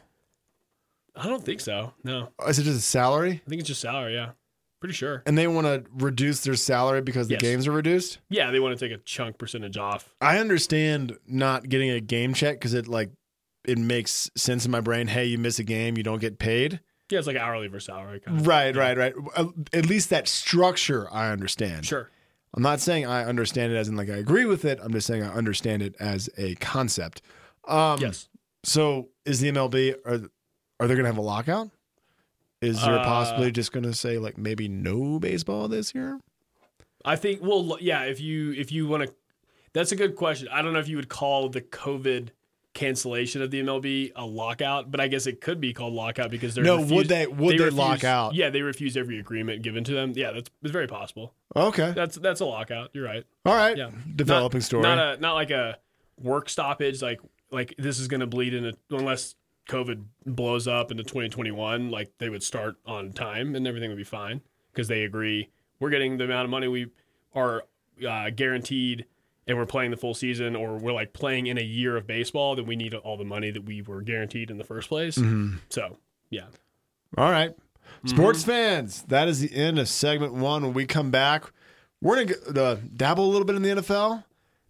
S4: I don't think so. No,
S3: Or Is it just a salary?
S4: I think it's just salary. Yeah, pretty sure.
S3: And they want to reduce their salary because the
S4: Yes.
S3: games are reduced?
S4: Yeah, they want to take a chunk percentage off.
S3: I understand not getting a game check because it like it makes sense in my brain. Hey, you miss a game, you don't get paid.
S4: Yeah, it's like hourly versus hourly. Kind of.
S3: Right, right, right. Uh, At least that structure I understand.
S4: Sure.
S3: I'm not saying I understand it as in like I agree with it. I'm just saying I understand it as a concept. Um,
S4: yes.
S3: So is the MLB are are they going to have a lockout? Is there
S4: Uh,
S3: possibly just going to say like maybe no baseball this year?
S4: I think. Well, yeah. If you if you want to, that's a good question. I don't know if you would call the COVID cancellation of the MLB a lockout, but I guess it could be called lockout because they're
S3: No,
S4: refuse-
S3: would they- would they lock
S4: refuse-
S3: out?
S4: Yeah, they refuse every agreement given to them. Yeah, that's it's very possible.
S3: Okay,
S4: That's that's a lockout. You're right.
S3: all right.
S4: Yeah.
S3: Developing
S4: Not-
S3: story.
S4: Not a not like a work stoppage. Like like this is going to bleed into unless COVID blows up into 2021. Like they would start on time and everything would be fine because they agree we're getting the amount of money we are uh, guaranteed and we're playing the full season or we're like playing in a year of baseball then we need all the money that we were guaranteed in the first place.
S3: Mm-hmm.
S4: So yeah,
S3: All right.
S4: Mm-hmm.
S3: Sports fans, that is the end of segment one. When we come back, we're going to uh, dabble a little bit in the NFL,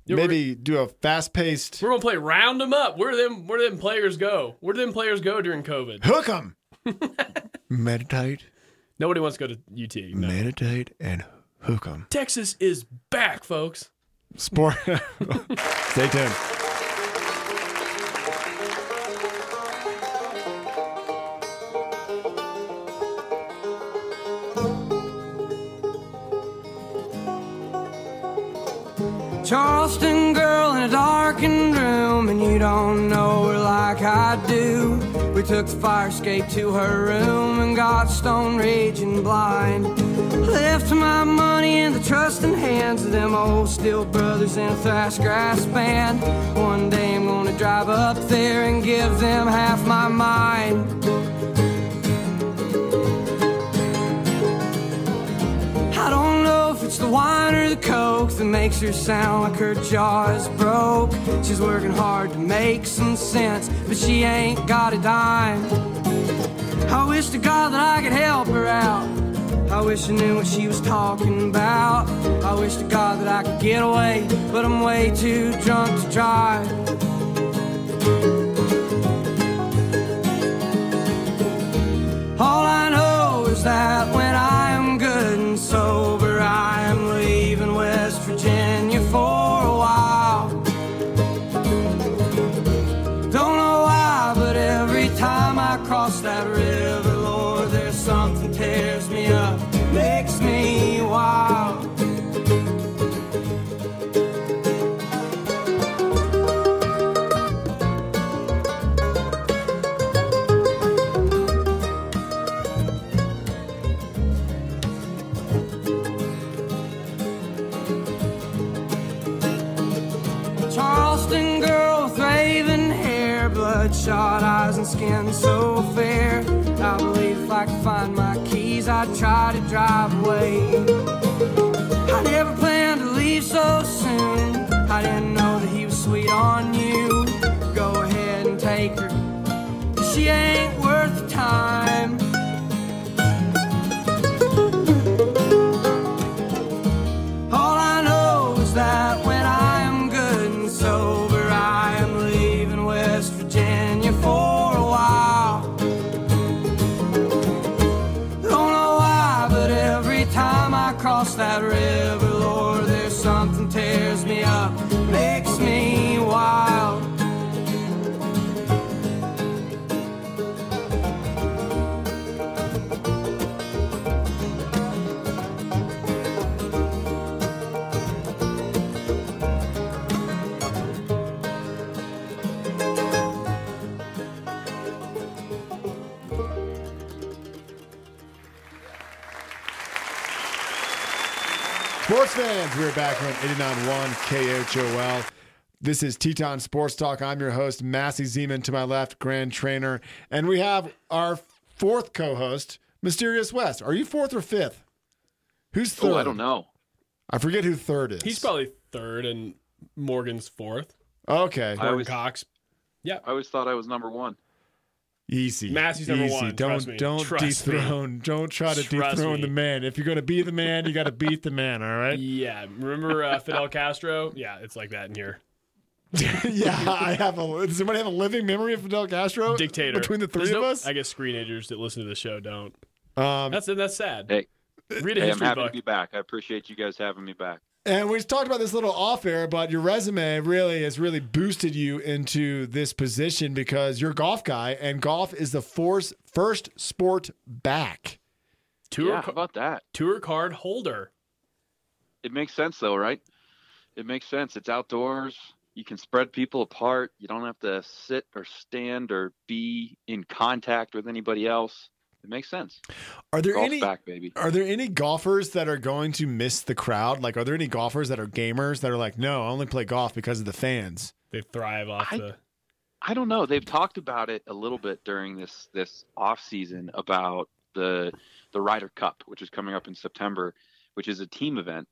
S4: Yeah, we're
S3: maybe do a fast paced
S4: we're gonna play round them up. Where do them where do them players go? Where do them players go during COVID?
S3: hook
S4: *laughs*
S3: 'em. meditate,
S4: Nobody wants to go to UT. No.
S3: meditate, and hook 'em.
S4: Texas is back, folks. *laughs*
S3: Sport. Stay tuned.
S5: Charleston girl in a darkened room, and you don't know her like I do. We took the fire escape to her room and got stone raging blind. Left my money in the trusting hands of them old steel brothers in a thrash grass band. One day I'm gonna drive up there and give them half my mind. the wine or the coke that makes her sound like her jaw is broke. She's working hard to make some sense, but she ain't got a dime. I wish to God that I could help her out. I wish I knew what she was talking about. I wish to God that I could get away, but I'm way too drunk to drive. All I know is that when I am good and sober, I am leaving West Virginia for a while. Don't know why, but every time I cross that river, Lord, there's something tears me up, makes me wild. Charleston girl with raven hair, bloodshot eyes and skin so fair. I believe if I could find my keys, I'd try to drive away. I never planned to leave so soon. I didn't know that he was sweet on you. Go ahead and take her. She ain't worth the time. All I know is that when I am good and sober, I am leaving West Virginia for a while. Don't know why, but every time I cross that river, Lord, there's something tears me up, makes me wild.
S3: Sports fans, we're back on 89.1 KHOL. This is Teton Sports Talk. I'm your host, Massey Zeman. To my left, Grand Trainer. And we have our fourth co host, Mysterious West. Are you fourth or fifth? Who's third?
S6: Oh, I don't know.
S3: I forget who third is.
S4: He's probably third and Morgan's fourth.
S3: Okay.
S6: I
S4: Morgan
S6: always, I
S4: Cox. Yeah.
S6: always thought I was number one.
S3: Easy.
S4: Massey's
S3: Easy.
S4: number one,
S3: Don't
S4: trust me.
S3: don't
S4: Trust me.
S3: dethrone. Don't try to
S4: Trust
S3: dethrone
S4: me.
S3: the man. If you're gonna be the man, you gotta beat the man, all right?
S4: Yeah. Remember *laughs* uh, Fidel Castro? Yeah, it's like that in here.
S3: *laughs* yeah, I have a does anybody have a living memory of Fidel Castro?
S4: Dictator.
S3: Between the three
S4: There's
S3: of
S4: no-
S3: us?
S4: I guess screenagers that listen to the show don't.
S3: um,
S4: That's that's sad.
S6: Hey,
S4: Read a
S6: hey I'm
S4: history
S6: happy
S4: book.
S6: to be back. I appreciate you guys having me back.
S3: And we talked about this little off air, but your resume really has really boosted you into this position because you're a golf guy, and golf is the force, first sport back.
S4: tour
S6: yeah, how
S4: ca-
S6: about that?
S4: tour card holder.
S6: It makes sense though, right? It makes sense. It's outdoors. You can spread people apart. You don't have to sit or stand or be in contact with anybody else. It makes sense.
S3: Are there
S6: Golf's
S3: any?
S6: back, baby.
S3: Are there any golfers that are going to miss the crowd? Like, are there any golfers that are gamers that are like, no, I only play golf because of the fans?
S4: They thrive off
S6: I-
S4: the
S6: I don't know. They've talked about it a little bit during this this off season about the the Ryder Cup, which is coming up in September, which is a team event.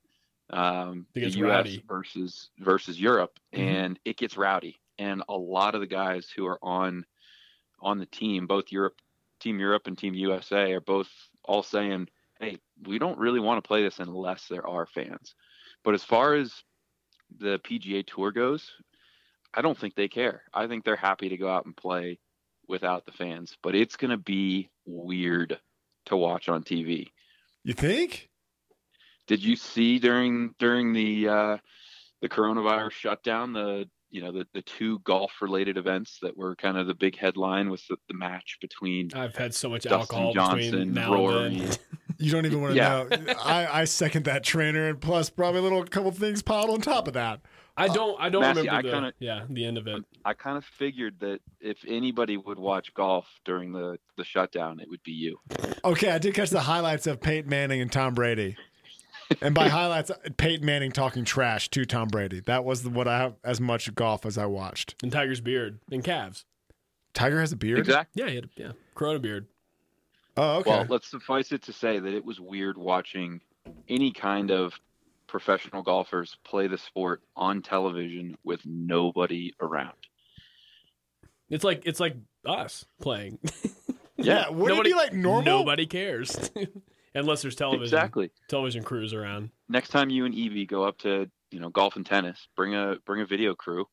S6: Um, the
S4: It gets
S6: U.S.
S4: rowdy.
S6: versus versus Europe, and it gets rowdy. And a lot of the guys who are on on the team, both Europe, Team Europe and Team USA, are both all saying, "Hey, we don't really want to play this unless there are fans." But as far as the PGA Tour goes, I don't think they care. I think they're happy to go out and play without the fans, but it's going to be weird to watch on TV.
S3: You think?
S6: Did you see during during the uh, the coronavirus shutdown the you know the, the two golf related events that were kind of the big headline was the, the match between
S4: I've had so much
S6: Dustin
S4: alcohol between
S6: Johnson,
S4: now and
S6: Rory.
S4: then.
S3: You don't even want to
S6: Yeah.
S3: know. I, I second that trainer, and plus probably a little couple things piled on top of that.
S4: I don't I don't
S6: Massey,
S4: remember
S6: I
S4: the,
S6: kinda-
S4: yeah, the end of it.
S6: I kind of figured that if anybody would watch golf during the the shutdown, it would be you.
S3: Okay, I did catch the highlights of Peyton Manning and Tom Brady. And by highlights, Peyton Manning talking trash to Tom Brady. That was what I have as much golf as I watched.
S4: And Tiger's beard and calves.
S3: Tiger has a beard.
S6: Exactly.
S4: Yeah, he had a, yeah. Corona beard.
S3: Oh, okay.
S6: Well, let's suffice it to say that it was weird watching any kind of professional golfers play the sport on television with nobody around.
S4: It's like it's like us playing.
S6: Yeah,
S4: *laughs*
S3: Yeah, would it
S4: Nobody-
S3: be like normal?
S4: Nobody cares *laughs* unless there's television
S6: exactly.
S4: television crews around.
S6: Next time you and Evie go up to you know golf and tennis, bring a bring a video crew,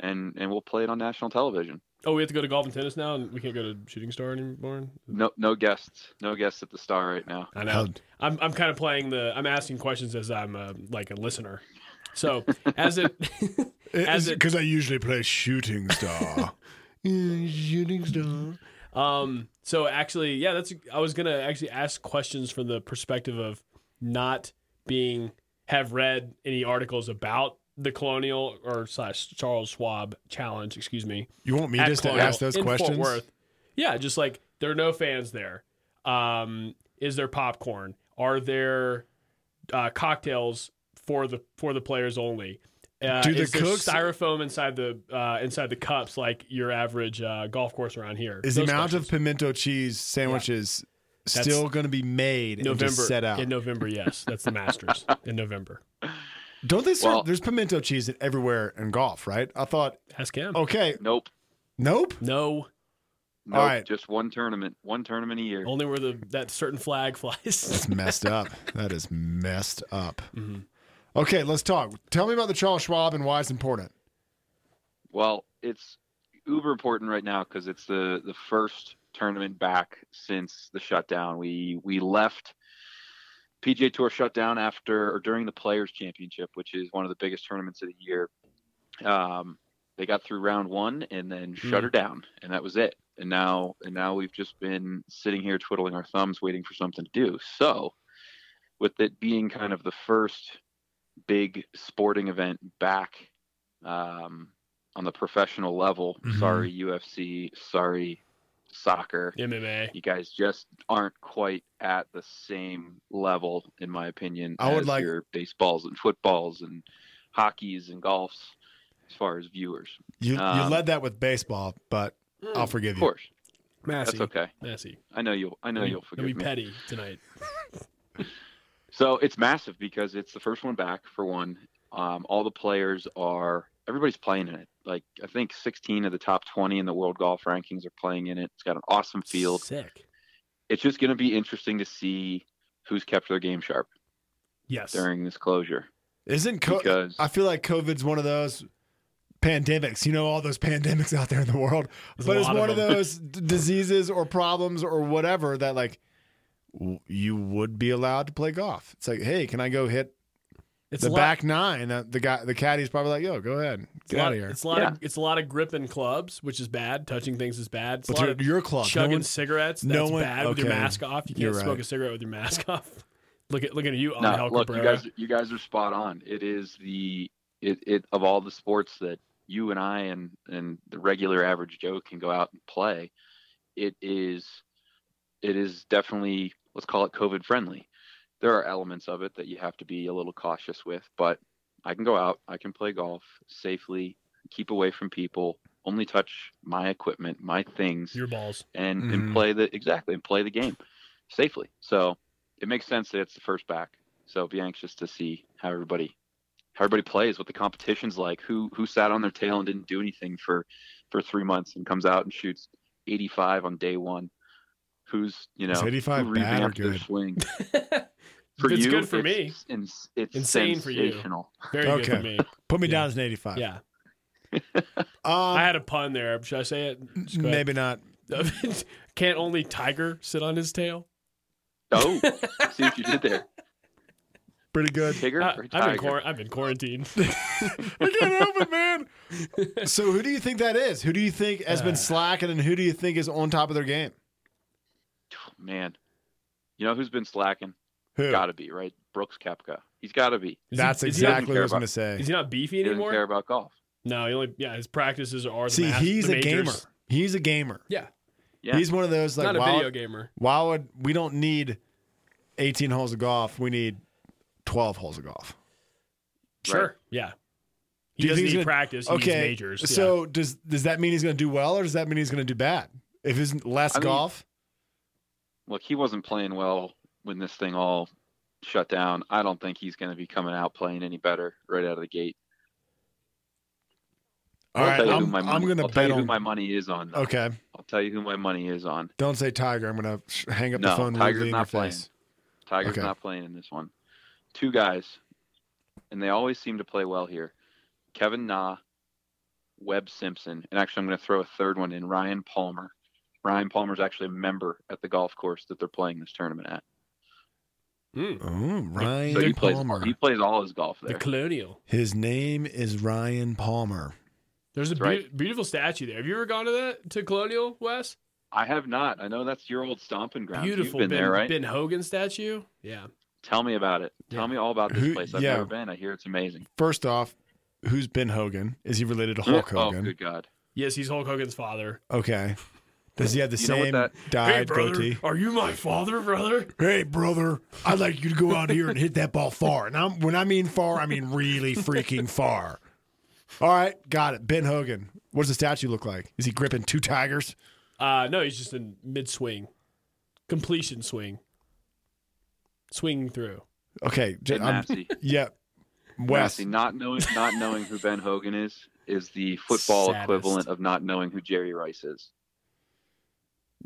S6: and and we'll play it on national television.
S4: Oh, we have to go to golf and tennis now, and we can't go to Shooting Star anymore.
S6: No no guests, no guests at the star right now.
S4: I know. I'm I'm kind of playing the. I'm asking questions as I'm a, like a listener.
S3: *laughs*
S4: So as it *laughs* As it-
S2: Because I usually play Shooting Star.
S4: *laughs*
S2: Mm, shooting Star.
S4: Um, so actually, yeah, that's I was gonna actually ask questions from the perspective of not being have read any articles about the colonial or slash Charles Schwab challenge, excuse me.
S3: You want me
S4: at
S3: just to
S4: Colonial
S3: ask those
S4: in Fort
S3: questions?
S4: Worth. Yeah, just like there are no fans there. Um, is there popcorn? Are there uh, cocktails for the for the players only? Uh,
S3: Do the
S4: is there
S3: cooks-
S4: styrofoam inside the uh, inside the cups like your average uh, golf course around here?
S3: Is the
S4: Those
S3: amount
S4: questions.
S3: of pimento cheese sandwiches still going to be made and
S4: November
S3: just set out?
S4: in November. Yes, that's
S3: *laughs*
S4: the Masters in November.
S3: Don't they serve?
S6: Well-
S3: there's pimento cheese everywhere in golf, right? I thought,
S4: Ask him.
S3: okay,
S6: Nope.
S3: nope.
S4: No,
S6: Nope.
S3: All right.
S6: Just one tournament. One tournament a year.
S4: only where the that certain flag flies. *laughs*
S3: That's messed up. That is messed up.
S4: Mm-hmm.
S3: Okay, let's talk. Tell me about the Charles Schwab and why it's important.
S6: Well, it's uber important right now because it's the the first tournament back since the shutdown. We we left PGA Tour shutdown after or during the Players Championship, which is one of the biggest tournaments of the year. Um, they got through round one and then shut her down, and that was it. And now and now we've just been sitting here twiddling our thumbs, waiting for something to do. So, with it being kind of the first big sporting event back um, on the professional level.
S3: Mhm.
S6: Sorry, UFC. Sorry, soccer.
S4: MMA.
S6: You guys just aren't quite at the same level, in my opinion,
S3: I would
S6: as
S3: like-
S6: your baseballs and footballs and hockeys and golfs, as far as viewers.
S3: You you
S6: Um, hmm,
S3: led that with baseball, but I'll forgive
S6: Of
S3: you.
S6: course,
S4: Massey.
S6: that's okay.
S4: Massey.
S6: I know you'll. I know
S4: Don't be-
S6: you'll
S4: don't be
S6: forgive me.
S4: petty tonight.
S6: So it's massive because it's the first one back for one. Um, all the players are everybody's playing in it. Like I think 16 of the top 20 in the world golf rankings are playing in it. It's got an awesome field.
S4: Sick.
S6: It's just going to be interesting to see who's kept their game sharp
S4: Yes.
S6: during this closure.
S3: Isn't co-
S6: Because-
S3: I feel like COVID's one of those pandemics. You know, all those pandemics out there in the world,
S4: There's a
S3: but it's
S4: lot of
S3: one of
S4: them.
S3: those d- diseases or problems or whatever that like w- you would be allowed to play golf. It's like, hey, can I go hit
S4: It's
S3: the
S4: a lot-
S3: back nine? Uh, the guy, the caddy's probably like, yo, go ahead,
S4: It's a
S3: get
S4: lot,
S3: out of here.
S4: It's a lot. Of, it's a lot of gripping clubs, which is bad. Touching things is bad. It's a
S3: But
S4: lot
S3: your,
S4: of
S3: your club, no
S4: chugging
S3: one-
S4: cigarettes. That's
S3: no one-
S4: bad with your
S3: okay.
S4: mask off. You
S3: You're
S4: can't
S3: right.
S4: smoke a cigarette with your mask *laughs* off. Look at look at you,
S6: No,
S4: Angel
S6: look, you
S4: Cabrera.
S6: guys, you guys are spot on. It is the it, it of all the sports that you and I and and the regular average Joe can go out and play. It is it is definitely let's call it COVID friendly. There are elements of it that you have to be a little cautious with, but I can go out, I can play golf safely, keep away from people, only touch my equipment, my things
S4: your balls.
S6: and
S3: Mhm.
S4: Mm-hmm.
S6: and play the exactly and play the game safely. So it makes sense that it's the first back. So be anxious to see how everybody how everybody plays, what the competition's like, who who sat on their tail and didn't do anything for for three months and comes out and shoots 85 on day one. Who's you know
S3: Is 85 bad
S6: who
S3: or
S6: revamped their
S3: good?
S6: swing? For
S4: It's
S6: you,
S4: good for me.
S6: it's, It's, it's
S4: Insane for you.
S6: sensational.
S4: Very good
S3: Okay. *laughs*
S4: for me.
S3: Put me
S4: Yeah.
S3: down as an 85.
S4: Yeah,
S3: Um,
S4: I had a pun there. Should I say it? Just go ahead.
S3: maybe not.
S4: *laughs* Can't only tiger sit on his tail?
S6: Oh, see what you
S4: *laughs*
S6: did there,
S3: Pretty
S6: *laughs*
S3: good.
S6: Tigger
S4: I,
S6: or
S4: I've been
S6: Tiger?
S4: quar- I've been quarantined. *laughs*
S3: I can't help it, man. so who do you think that is? Who do you think has
S4: Uh.
S3: been slacking and who do you think is on top of their game?
S6: Man, you know who's been slacking?
S3: Who?
S6: Got to be right. Brooks Kepka. He's got to be.
S4: Is
S3: That's
S4: he- is he not-
S3: exactly what I was going to
S4: Is
S3: say.
S4: he not beefy
S6: He doesn't care
S4: anymore?
S6: about golf.
S4: No, he only yeah. His practices are the
S3: See,
S4: mas-
S3: he's
S4: the
S3: a gamer.
S4: majors.
S3: He's a gamer.
S4: Yeah,
S6: Yeah.
S3: He's one of those like
S4: not a
S3: why,
S4: video gamer.
S3: why would we don't need 18 holes of golf? We need 12 holes of golf.
S6: Right.
S4: Sure. Yeah. He
S3: Do you think
S4: doesn't
S3: he's
S4: need
S3: gonna-
S4: practice. He
S3: okay.
S4: needs majors. yeah.
S3: So does does that mean he's going to do well or does that mean he's going to do bad? If it's less
S6: I mean-
S3: golf,
S6: Look, he wasn't playing well when this thing all shut down. I don't think he's going to be coming out playing any better right out of the gate.
S3: All
S6: I'll
S3: right,
S6: tell you who
S3: I'm,
S6: my
S3: I'm
S6: money-
S3: going to
S6: I'll tell
S3: bet
S6: you who
S3: on.
S6: my money is on. though.
S3: okay,
S6: I'll tell you who my money is on.
S3: don't say Tiger. I'm going to hang up the
S6: No,
S3: phone.
S6: Tiger's
S3: weirdly in
S6: not
S3: your
S6: playing.
S3: face.
S6: Tiger's
S3: Okay.
S6: not playing in this one. Two guys, and they always seem to play well here. Kevin Na, Webb Simpson, and actually I'm going to throw a third one in Ryan Palmer. Ryan Palmer's actually a member at the golf course that they're playing this tournament at.
S3: Oh, Ryan
S6: So he plays
S3: Palmer.
S6: he plays all his golf
S4: The
S6: there.
S4: Colonial.
S3: His name is Ryan Palmer.
S4: There's a
S6: That's right.
S4: beau- beautiful statue there. Have you ever gone to that to Colonial Wes?
S6: I have not. I know that's your old stomping ground.
S4: Beautiful
S6: You've been
S4: ben,
S6: there, right?
S4: ben Hogan statue. Yeah.
S6: Tell me about it.
S4: Yeah.
S6: Tell me all about this
S3: Who-
S6: place. I've
S3: yeah.
S6: never been. I hear it's amazing.
S3: First off, who's Ben Hogan? Is he related to Hulk
S6: *laughs* Oh,
S3: Hogan?
S6: good God.
S4: Yes, he's Hulk Hogan's father. *laughs*
S3: okay. Does he have the
S6: You know what
S3: same
S6: that-
S3: dyed goatee?
S4: are you my father, brother?
S3: Hey, brother, I'd like you to go out here and hit that ball far. And I'm, when I mean far, I mean really freaking far. All right, got it. Ben Hogan. What does the statue look like? Is he gripping two tigers?
S4: Uh, no, he's just in mid swing, completion swing, swinging through.
S3: Okay. j-
S6: Hey,
S3: I'm-
S6: Massey.
S3: yeah. Wes.
S6: Honestly, not knowing not knowing who Ben Hogan is
S4: *laughs*
S6: is the football
S4: Saddest.
S6: equivalent of not knowing who Jerry Rice is.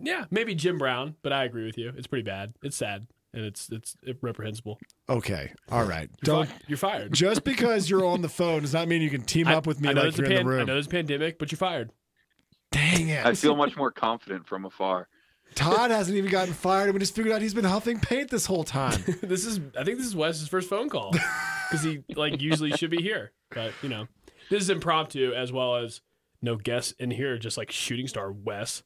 S4: Yeah, maybe Jim Brown, but I agree with you. It's pretty bad. It's sad, and it's it's reprehensible.
S3: Okay. All right.
S4: You're,
S3: Don't.
S4: fi- you're fired.
S3: Just because you're on the phone does not mean you can team
S4: I-
S3: up with me
S4: I know
S3: like
S4: it's a
S3: you're in the
S4: pan- I know
S3: room.
S4: it's a pandemic, but you're fired.
S3: Dang it.
S6: I feel much more confident from afar.
S3: Todd hasn't even gotten fired, and we just figured out he's been huffing paint this whole
S4: *laughs*
S3: time.
S4: this is I think this is Wes's first phone call because he like usually should be here, but you know this is impromptu as well as no guests in here, just like shooting star Wes.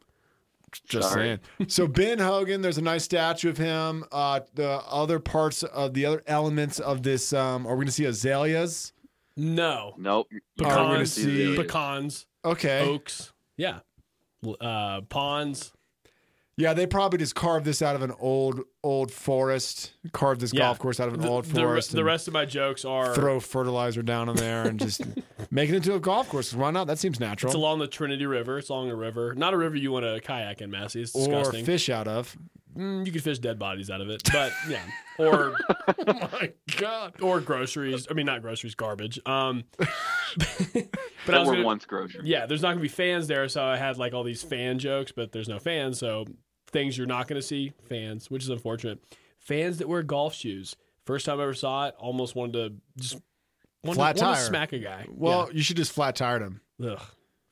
S3: Just
S6: Sorry.
S3: saying. so Ben Hogan, there's a nice statue of him. Uh, the other parts of the other elements of this, um, are we going to see azaleas?
S4: No
S6: Nope.
S3: Are we Oh, gonna
S4: pecans,
S3: see-
S4: pecans,
S3: Okay.
S4: oaks, yeah, L- uh, ponds.
S3: Yeah, they probably just carved this out of an old old forest. Carved this
S4: Yeah.
S3: golf course out of an
S4: The,
S3: old
S4: the re-
S3: forest.
S4: the
S3: and
S4: rest of my jokes are
S3: Throw fertilizer down in there and
S4: *laughs*
S3: just make it into a golf course. Why not? That seems
S4: it's
S3: natural.
S4: along the Trinity River. It's along a river, not a river you want to kayak in, Massey. It's
S3: Or
S4: disgusting.
S3: fish out of.
S4: Mm, you could fish dead bodies out of it, but yeah,
S6: *laughs*
S4: or
S6: Oh
S3: My God.
S4: or groceries. I mean, not groceries, garbage. Um, *laughs* but I
S6: There
S4: was
S6: were
S4: gonna-
S6: once grocery.
S4: yeah, there's not gonna be fans there, so I had like all these fan jokes, but there's no fans, so things you're not gonna see fans, which is unfortunate. Fans that wear golf shoes. First time I ever saw it, almost wanted to just wanted,
S3: Flat
S4: wanted
S3: tire.
S4: to smack a guy.
S3: Well, you should just flat tired him.
S4: Yeah. Ugh.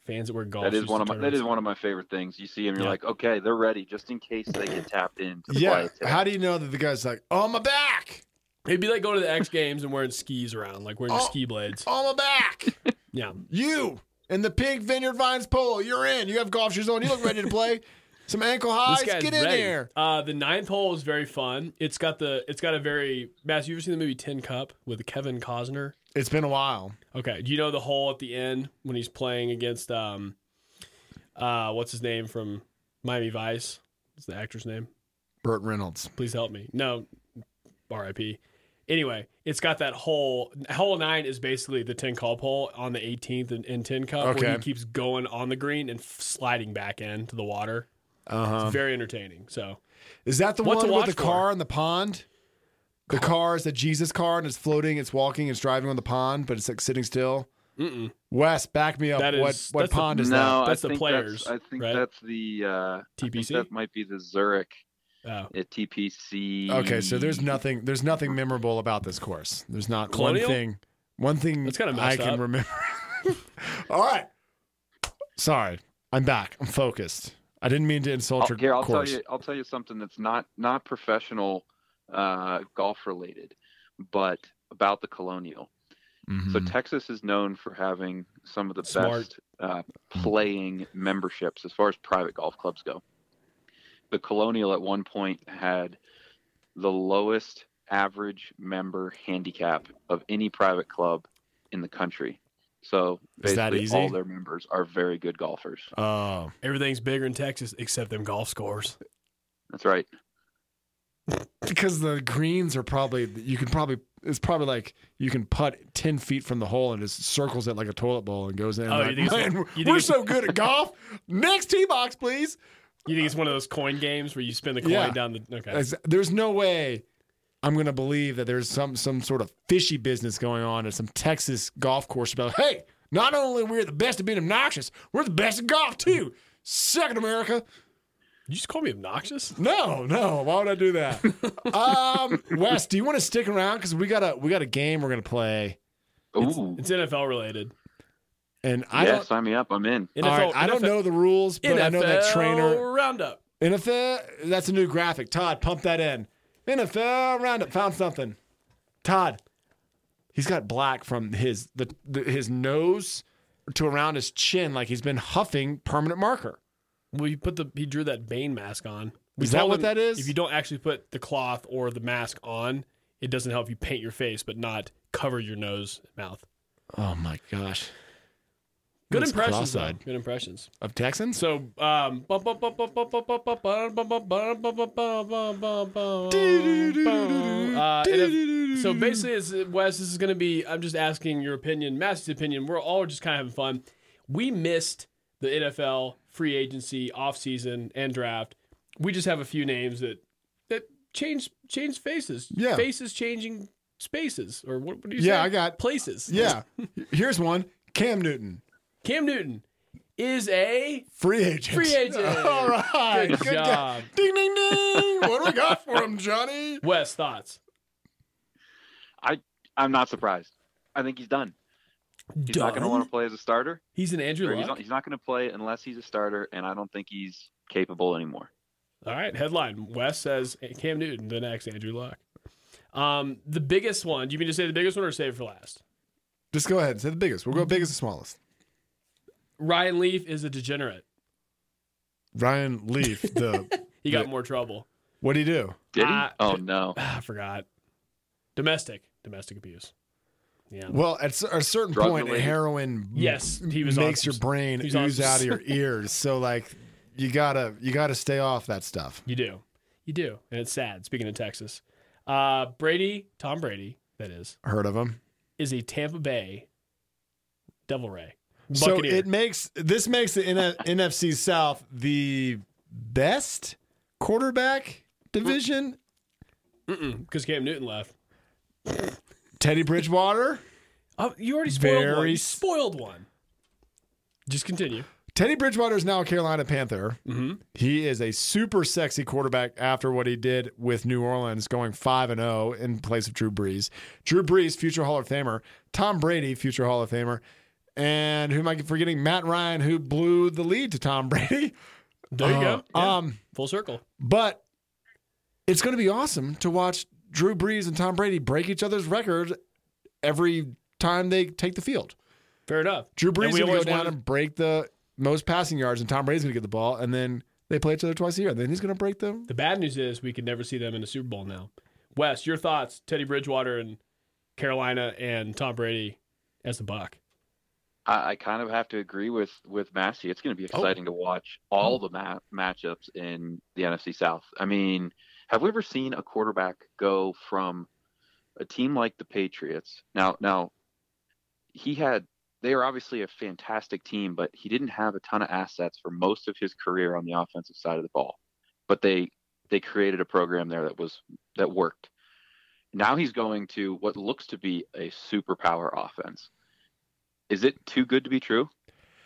S4: fans that wear golf.
S6: That is
S4: shoes
S6: one
S4: to
S6: of my that
S4: tournaments.
S6: is one of my favorite things. You see him, you're
S4: Yeah.
S6: like, okay, they're ready, just in case they get tapped in. To
S3: Yeah.
S6: play today.
S3: How do you know that the guy's like, oh, my back?
S4: It'd be like going to the X Games and wearing skis around, like wearing
S3: Oh.
S4: ski blades.
S3: Oh, my back. *laughs*
S4: Yeah,
S3: You in the pink Vineyard Vines polo. You're in. You have golf shoes on. You look ready to *laughs* play. Some ankle highs.
S4: this guy's
S3: Get in
S4: ready.
S3: there.
S4: Uh, the ninth hole is very fun. It's got the it's got a very Matt. You ever seen the movie Tin Cup with Kevin Costner?
S3: It's been a while.
S4: Okay. Do you know the hole at the end when he's playing against um uh what's his name from Miami Vice? What's the actor's name?
S3: Burt Reynolds.
S4: Please help me. No, R.I.P. Anyway, it's got that hole. Hole nine is basically the ten cup hole on the 18th and, and ten cup, where
S3: Okay.
S4: he keeps going on the green and f- sliding back into the water.
S3: Uh huh.
S4: Very entertaining. So
S3: Is that the
S4: What to
S3: one with
S4: watch
S3: the car in the pond? The car is the Jesus car and it's floating, it's walking, it's driving on the pond, but it's like sitting still.
S4: Mm-mm.
S3: Wes, back me up.
S4: That
S3: what
S4: is-
S3: what
S4: that's the-
S3: pond is
S6: no,
S4: That's the
S6: I think
S4: players,
S6: That's, I think
S4: right?
S6: that's the uh,
S4: TPC?
S6: I think that might be the Zurich
S4: uh,
S6: at TPC.
S3: that? Okay, so there's nothing there's nothing memorable about this course. There's not
S4: Colonial?
S3: one thing one thing
S4: That's kinda
S3: I
S4: messed
S3: can
S4: up. *laughs*
S3: remember. All right. Sorry. I'm back. I'm focused. I didn't mean to insult
S6: I'll,
S3: your
S6: here, Oh, I'll
S3: course.
S6: tell you. I'll tell you something that's not not professional uh, golf related, but about the Colonial. So
S3: Mhm.
S6: Texas is known for having some of the
S4: Smart.
S6: best uh,
S3: Mm-hmm.
S6: playing memberships as far as private golf clubs go. The Colonial at one point had the lowest average member handicap of any private club in the country. So
S3: Is that
S6: basically,
S3: easy?
S6: all their members are very good golfers.
S3: Oh,
S4: everything's bigger in Texas except them golf scores.
S6: That's right.
S3: because the greens are probably you can probably it's probably like you can putt ten feet from the hole and just circles it like a toilet bowl and goes in.
S4: Oh, you
S3: like,
S4: think
S3: Man,
S4: it's- you think
S3: we're
S4: it's-
S3: so good at golf. Next tee box, please.
S4: You think it's one of those coin games where you spin the coin
S3: Yeah.
S4: down the okay?
S3: As- There's no way I'm going to believe that there's some some sort of fishy business going on at some Texas golf course about, hey, not only we're the best at being obnoxious, we're the best at golf too. Suck it, America.
S4: You just call me obnoxious?
S3: No, no. Why would I do that? um, Wes, do you want to stick around because we got a we got a game we're gonna play,
S6: Ooh,
S4: It's NFL related.
S3: and I
S6: yeah,
S3: don't.
S6: sign me up. I'm in.
S4: NFL,
S3: all right, I don't know the rules, but I know that trainer.
S4: roundup.
S3: NFL. That's a new graphic. Todd, pump that in. NFL roundup. Found something. Todd, he's got black from his the, the his nose to around his chin, like he's been huffing permanent marker.
S4: Well, he put the he drew that Bane mask on.
S3: Is that
S4: told
S3: what
S4: him
S3: that is?
S4: If you don't actually put the cloth or the mask on, it doesn't help you paint your face, but not cover your nose, and mouth.
S3: Oh my gosh.
S4: Good
S3: Looks
S4: impressions. though.
S3: cross-eyed.
S4: Good impressions.
S3: Of Texans.
S4: So, um, uh, and if- so basically, it's, Wes, this is going to be. I'm just asking your opinion, Massey's opinion. We're all just kind of having fun. We missed the NFL free agency, offseason, and draft. We just have a few names that that change change faces.
S3: Yeah.
S4: faces changing spaces, or what, what do you say?
S3: Yeah, I got-
S4: places.
S3: yeah. Here's one. Cam Newton.
S4: Cam Newton is a
S3: Free agent.
S4: Free
S3: *laughs*
S4: agent.
S3: All right.
S4: Good
S3: guy.
S4: job.
S3: Ding ding ding. What do we got for him, Johnny?
S4: Wes thoughts.
S6: I'm not surprised. I think he's done. He's not going to
S4: Done?
S6: want to play as a starter.
S4: He's an Andrew
S6: or he's
S4: Luck.
S6: not, he's not going to play unless he's a starter, and I don't think he's capable anymore.
S4: All right. Headline: Wes says Cam Newton the next Andrew Luck. Um, the biggest one. Do you mean to say the biggest one or save it for last?
S3: Just go ahead and say the biggest. We'll go biggest to smallest.
S4: Ryan Leaf is a degenerate.
S3: Ryan Leaf, the
S4: *laughs* He got
S3: Yeah.
S4: more trouble.
S3: what do you do?
S6: Did he?
S4: Ah,
S6: oh no.
S4: Ah, *sighs* I forgot. Domestic, domestic abuse. Yeah.
S3: Well, at s- a certain
S6: Drug
S3: point,
S6: related.
S3: heroin
S4: Yes, he was
S3: makes
S4: on
S3: your
S4: some-
S3: brain
S4: he was on
S3: ooze
S4: some-
S3: out of
S4: *laughs*
S3: your ears. So like, you gotta you gotta stay off that stuff.
S4: You do. You do. And it's sad. Speaking of Texas, uh, Brady, Tom Brady, that is,
S3: Heard of him?
S4: is a Tampa Bay Devil Ray.
S3: So
S4: Buccaneer.
S3: it makes this makes the
S4: *laughs*
S3: N- NFC South the best quarterback division.
S4: because Cam Newton left.
S3: Teddy Bridgewater.
S4: Oh, you already spoiled one.
S3: Very
S4: You
S3: s-
S4: spoiled one. Just continue.
S3: Teddy Bridgewater is now a Carolina Panther.
S4: Mm-hmm.
S3: He is a super sexy quarterback after what he did with New Orleans, going five and zero in place of Drew Brees. Drew Brees, future Hall of Famer. Tom Brady, future Hall of Famer. And who am I forgetting? Matt Ryan, who blew the lead to Tom *laughs* Brady.
S4: There you go.
S3: Uh,
S4: Yeah.
S3: Um,
S4: Full circle.
S3: but it's going to be awesome to watch Drew Brees and Tom Brady break each other's records every time they take the field.
S4: Fair enough.
S3: Drew Brees
S4: And
S3: is
S4: we
S3: going to go
S4: always
S3: down
S4: wanted-
S3: and break the most passing yards, and Tom Brady's going to get the ball, and then they play each other twice a year, and then he's going to break them.
S4: The bad news is we can never see them in a Super Bowl now. Wes, your thoughts? Teddy Bridgewater and Carolina and Tom Brady as the buck.
S6: I, I kind of have to agree with with Massey. It's going to be exciting to watch all the ma- matchups in the NFC South. I mean, have we ever seen a quarterback go from a team like the Patriots? Now, now he had they are obviously a fantastic team, but he didn't have a ton of assets for most of his career on the offensive side of the ball. But they they created a program there that was that worked. Now he's going to what looks to be a superpower offense. Is it too good to be true?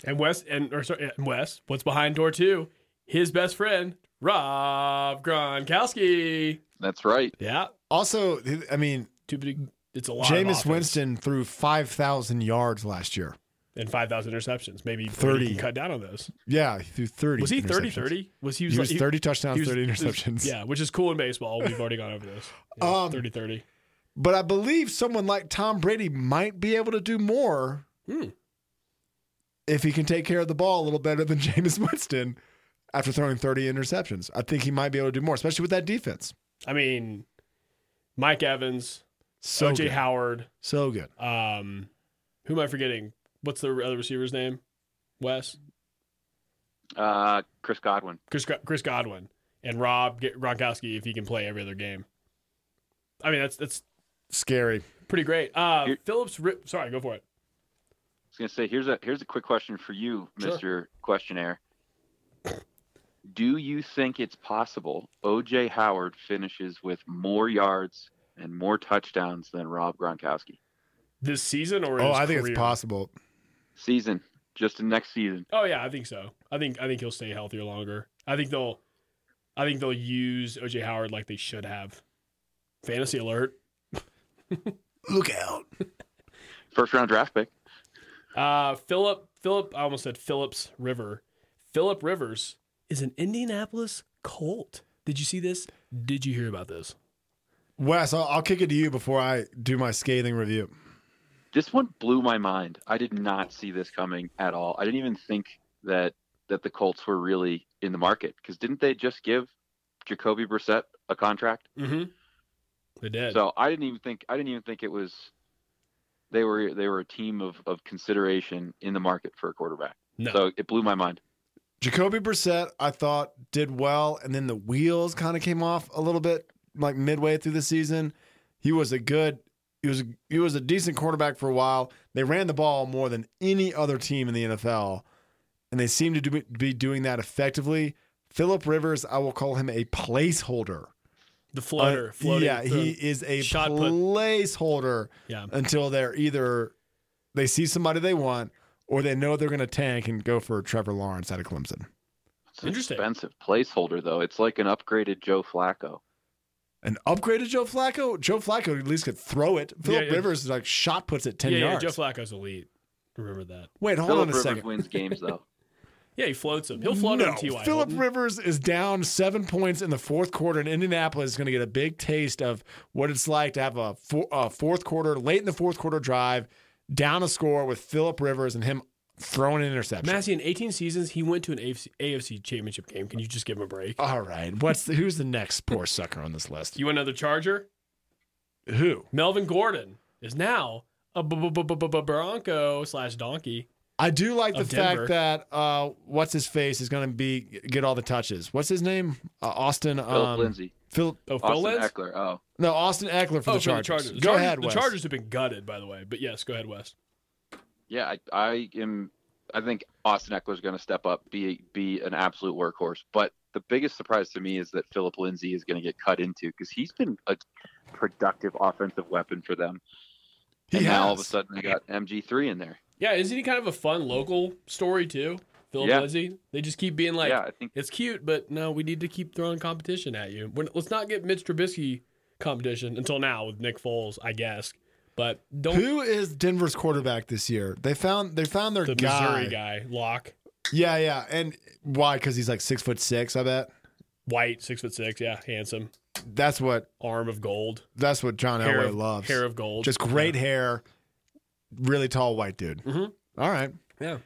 S4: And Wes and or sorry, and Wes, what's behind door two? His best friend, Rob Gronkowski.
S6: That's right.
S4: Yeah.
S3: Also, I mean,
S4: Too big. It's a lot. of
S3: Jameis
S4: offense.
S3: Winston threw 5,000 yards last year.
S4: and five thousand interceptions. Maybe
S3: 30.
S4: Brady can cut down on those.
S3: Yeah, he threw 30.
S4: Was he 30
S3: interceptions.
S4: 30? Was he,
S3: He was
S4: like-
S3: 30 touchdowns,
S4: he was-
S3: 30
S4: this-
S3: interceptions.
S4: Yeah, which is cool in baseball. We've already gone over
S3: *laughs*
S4: this. Yeah,
S3: Um,
S4: 30 30.
S3: But I believe someone like Tom Brady might be able to do more
S4: Hmm.
S3: if he can take care of the ball a little better than *laughs* Jameis Winston after throwing 30 interceptions. I think he might be able to do more, especially with that defense.
S4: I mean, Mike Evans,
S3: So
S4: OJ
S3: good.
S4: Howard.
S3: so good.
S4: Um, who am I forgetting? What's the other receiver's name? Wes?
S6: Uh, Chris Godwin.
S4: Chris, Go- Chris Godwin and Rob G- Gronkowski if he can play every other game. I mean, that's that's
S3: Scary.
S4: pretty great. Uh,
S6: Here-
S4: Phillips, Ri- sorry, go for it.
S6: I was gonna say here's a here's a quick question for you,
S4: Sure.
S6: Mister Questionnaire. Do you think it's possible OJ Howard finishes with more yards and more touchdowns than Rob Gronkowski.
S4: This season or
S3: Oh,
S4: his
S3: I think
S4: career?
S3: it's possible.
S6: Season, just in next season.
S4: Oh yeah, I think so. I think I think he'll stay healthier longer. I think they'll I think they'll use OJ Howard like they should have. Fantasy alert.
S3: Look out.
S6: First round draft pick.
S4: Uh Philip Philip I almost said Phillips River. Philip Rivers is an Indianapolis Colt. Did you see this? Did you hear about this?
S3: Wes, I'll, I'll kick it to you before I do my scathing review.
S6: This one blew my mind. I did not see this coming at all. I didn't even think that that the Colts were really in the market because didn't they just give Jacoby Brissett a contract?
S4: Mm-hmm. They did.
S6: So I didn't even think I didn't even think it was they were they were a team of, of consideration in the market for a quarterback.
S4: no.
S6: So it blew my mind.
S3: Jacoby Brissett, I thought, did well, and then the wheels kind of came off a little bit, like midway through the season. He was a good, he was he was a decent quarterback for a while. They ran the ball more than any other team in the NFL, and they seem to do, be doing that effectively. Philip Rivers, I will call him a placeholder.
S4: the floater,
S3: Uh,
S4: floating.
S3: yeah,
S4: throw.
S3: he is a
S4: shot put.
S3: placeholder
S4: yeah.
S3: until they're either they see somebody they want or they know they're going to tank and go for Trevor Lawrence out of Clemson.
S6: It's an
S4: Interesting.
S6: expensive placeholder though. It's like an upgraded Joe Flacco.
S3: An upgraded Joe Flacco. Joe Flacco at least could throw it. Philip
S4: yeah.
S3: Rivers is like shot puts it ten
S4: Yeah, yeah,
S3: yards.
S4: Joe Flacco's elite. Remember that.
S3: Wait, hold
S6: Philip
S3: on a
S6: Rivers
S3: second.
S6: wins
S3: *laughs*
S6: games though.
S4: Yeah, he floats him. He'll float
S3: no,
S4: him T.Y.
S3: Philip
S4: Hilton.
S3: Rivers is down seven points in the fourth quarter, and Indianapolis is going to get a big taste of what it's like to have a, four, a fourth quarter, late in the fourth quarter drive, down a score with Philip Rivers and him throwing an interception.
S4: Massey, in 18 seasons, he went to an AFC, AFC championship game. Can you just give him a break?
S3: All right, what's the, who's the next poor sucker on this list?
S4: You want another Charger?
S3: Who?
S4: Melvin Gordon is now a b- b- b- b- b- Bronco slash donkey.
S3: I do like the
S4: Of Denver.
S3: fact that uh, what's his face is going to be get all the touches. What's his name? Uh, Austin
S6: Philip
S3: um,
S6: Lindsay.
S3: Phil,
S4: Oh, Phil
S6: Austin
S4: Lenz?
S6: Eckler. Oh.
S3: no, Austin Eckler for
S4: oh,
S3: the Chargers.
S4: Chargers. The
S3: Go
S4: Chargers-
S3: ahead,
S4: The
S3: Wes.
S4: Chargers have been gutted, by the way. But yes, go ahead, West.
S6: Yeah, I, I am. I think Austin Eckler is going to step up, be be an absolute workhorse. But the biggest surprise to me is that Philip Lindsay is going to get cut into because he's been a productive offensive weapon for them.
S3: He
S6: and now all of a
S3: has.
S6: sudden they got MG three in there.
S4: Yeah, isn't he kind of a fun local story too? Philip
S6: Yeah.
S4: Lindsay. They just keep being like,
S6: yeah, I think
S4: it's cute, but no, we need to keep throwing competition at you. We're, let's not get Mitch Trubisky competition until now with Nick Foles, I guess. But don't
S3: Who is Denver's quarterback this year? They found they found their
S4: the
S3: guy.
S4: Missouri guy, Locke,
S3: Yeah, yeah. And why? Because he's like six foot six. I bet
S4: white, six foot six, yeah, handsome,
S3: that's what
S4: arm of gold,
S3: that's what John
S4: hair
S3: Elway
S4: of,
S3: loves.
S4: hair of gold,
S3: Just great hair, really tall white dude.
S4: Mhm.
S3: All right,
S4: Yeah.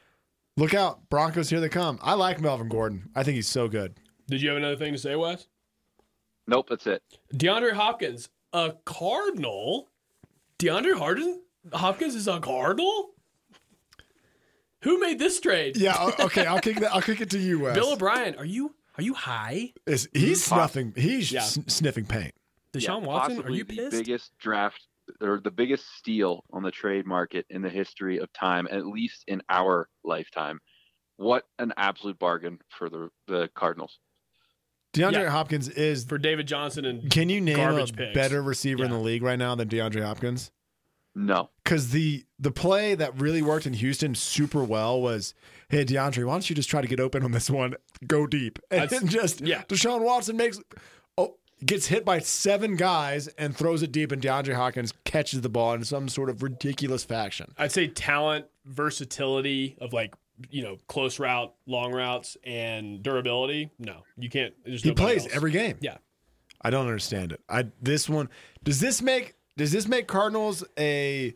S3: look out, Broncos! Here they come. I like Melvin Gordon. I think he's so good.
S4: Did you have another thing to say, Wes?
S6: nope, that's it.
S4: DeAndre Hopkins, a Cardinal. DeAndre Harden Hopkins is a Cardinal. Who made this trade?
S3: Yeah. o- Okay. I'll kick that. I'll kick it to you, Wes.
S4: Bill O'Brien. Are you are you high?
S3: Is- he's snuffing. He's
S4: Yeah.
S3: sn- sniffing paint.
S4: Deshaun
S6: Yeah,
S4: Watson, are
S6: possibly
S4: you
S6: the
S4: pissed?
S6: biggest draft or the biggest steal on the trade market in the history of time, at least in our lifetime? What an absolute bargain for the the Cardinals.
S3: DeAndre
S4: Yeah.
S3: Hopkins is.
S4: For David Johnson and
S3: Can you name a
S4: Garbage picks.
S3: better receiver in
S4: Yeah.
S3: the league right now than DeAndre Hopkins?
S6: No,
S3: Because the the play that really worked in Houston super well was, hey DeAndre, why don't you just try to get open on this one, go deep, *laughs* and
S4: That's-
S3: just
S4: yeah.
S3: Deshaun Watson makes, oh, gets hit by seven guys and throws it deep, and DeAndre Hopkins catches the ball in some sort of ridiculous fashion.
S4: I'd say talent, versatility of like you know close route, long routes, and durability. No, you can't. There's
S3: He
S4: nobody
S3: plays
S4: else.
S3: every game.
S4: Yeah.
S3: I don't understand it. I this one does this make does this make Cardinals a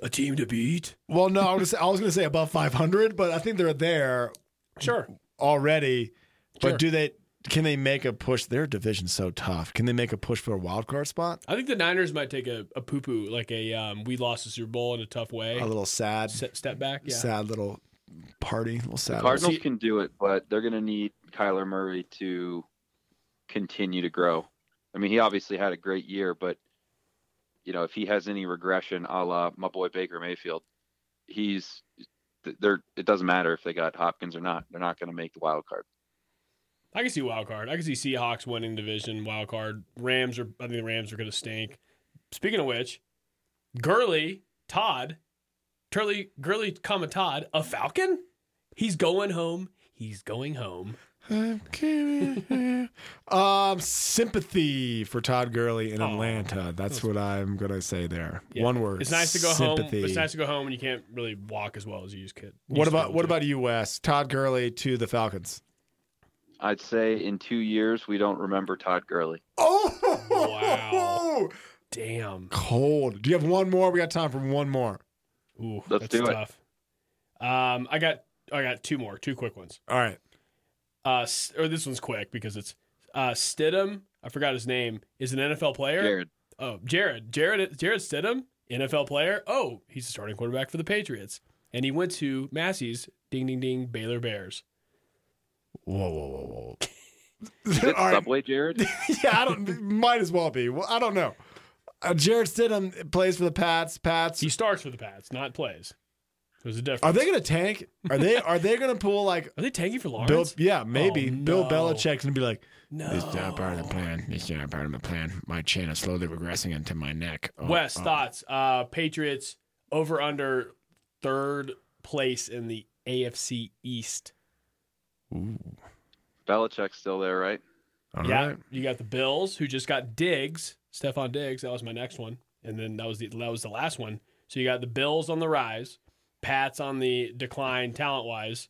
S4: A team to beat.
S3: well? No, I was I was going to say above five hundred, but I think they're there
S4: Sure.
S3: already.
S4: Sure.
S3: But do they? Can they make a push? Their division's so tough. Can they make a push for a wild card spot?
S4: I think the Niners might take a, a poo poo, like a um, we lost the Super Bowl in a tough way.
S3: A little sad,
S4: Step, step back. Yeah.
S3: sad little party. Little sad.
S6: Cardinals
S4: see-
S6: can do it, but they're going to need Kyler Murray to continue to grow. I mean, he obviously had a great year, but you know, if he has any regression, a la my boy Baker Mayfield, he's th- they're. It doesn't matter if they got Hopkins or not; they're not going to make the wild card.
S4: I can see wild card. I can see Seahawks winning division wild card. Rams are. I think the Rams are going to stink. Speaking of which, Gurley Todd, Turley Gurley, comma Todd, a Falcon. He's going home. He's going home.
S3: *laughs* um, sympathy for Todd Gurley in Atlanta. That's what I'm gonna say there.
S4: Yeah.
S3: One word.
S4: It's nice to go
S3: sympathy.
S4: home. It's nice to go home, and you can't really walk as well as you used could.
S3: What
S4: you used to
S3: about
S4: be
S3: what
S4: able to.
S3: about you, Wes? Todd Gurley to the Falcons.
S6: I'd say in two years we don't remember Todd Gurley.
S3: Oh, *laughs*
S4: Wow. Damn.
S3: cold. Do you have one more? We got time for one more.
S4: Ooh,
S6: Let's
S4: that's
S6: do it.
S4: tough. Um, I got I got two more, two quick ones.
S3: All right.
S4: Uh, S- or this one's quick because it's uh Stidham. I forgot his name. Is an NFL player.
S6: Jared,
S4: Oh, Jared. Jared. Jared Stidham, NFL player. Oh, he's the starting quarterback for the Patriots, and he went to Massey's. Ding ding ding. Baylor Bears.
S3: Whoa, whoa, whoa,
S6: is
S3: whoa.
S6: it Subway Jared?
S3: *laughs* yeah, I don't. Might as well be. Well, I don't know. Uh, Jared Stidham plays for the Pats. Pats.
S4: He starts for the Pats, not plays. There's a difference.
S3: are they going to tank? Are they? Are they going to pull like
S4: Are they tanking for Lawrence?
S3: Bill? Yeah, maybe
S4: Oh,
S3: Bill
S4: no. Oh.
S3: Belichick's going to be like,
S4: no.
S7: This is not part of the plan. This is not part of the plan. My chin is slowly regressing into my neck. Oh,
S4: Wes,
S7: oh.
S4: thoughts? Uh, Patriots over under third place in the AFC East.
S6: Belichick's still there, right?
S7: All
S4: yeah,
S7: right.
S4: you got the Bills who just got Diggs, Stephon Diggs. That was my next one, and then that was the that was the last one. So you got the Bills on the rise, Pats on the decline talent wise,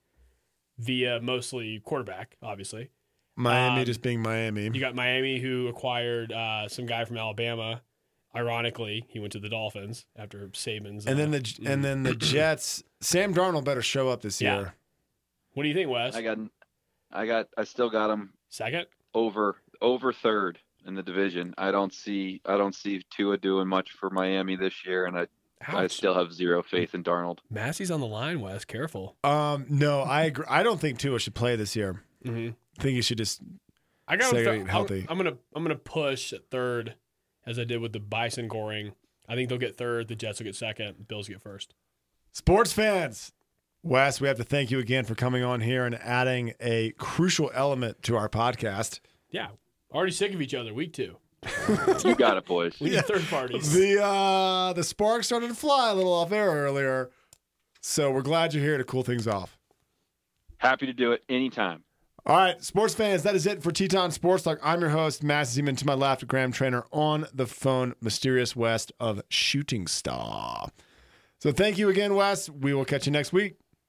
S4: via mostly quarterback, obviously.
S3: Miami
S4: Um,
S3: just being Miami.
S4: You got Miami, who acquired uh, some guy from Alabama. Ironically, he went to the Dolphins after Saban's.
S3: and
S4: uh, *clears throat*
S3: then the and then the Jets. Sam Darnold better show up this
S4: Yeah.
S3: year.
S4: what do you think, Wes?
S6: I got, I got, I still got him
S4: Second.
S6: over over third in the division. I don't see, I don't see Tua doing much for Miami this year, and I, I
S4: Ouch.
S6: still have zero faith in Darnold.
S4: Massey's on the line, Wes. Careful.
S3: Um, no, I agree. I don't think Tua should play this year.
S4: Mhm.
S3: I think he should just.
S4: I got
S3: Say
S4: him
S3: it ain't
S4: th-
S3: healthy.
S4: I'm, I'm gonna I'm gonna push at third, as I did with the Bison Goring. I think they'll get third. The Jets will get second. Bills get first.
S3: Sports fans, Wes, we have to thank you again for coming on here and adding a crucial element to our podcast.
S4: Yeah, already sick of each other. Week two.
S6: You got it, boys.
S4: We need third
S3: *laughs*
S4: parties.
S3: The uh, the spark started to fly a little off air earlier, so we're glad you're here to cool things off.
S6: Happy to do it anytime.
S3: All right, sports fans, that is it for Teton Sports Talk. I'm your host, Matt Zeman. To my left, Graham Trainer on the phone, Mysterious West of Shooting Star. So thank you again, Wes. We will catch you next week.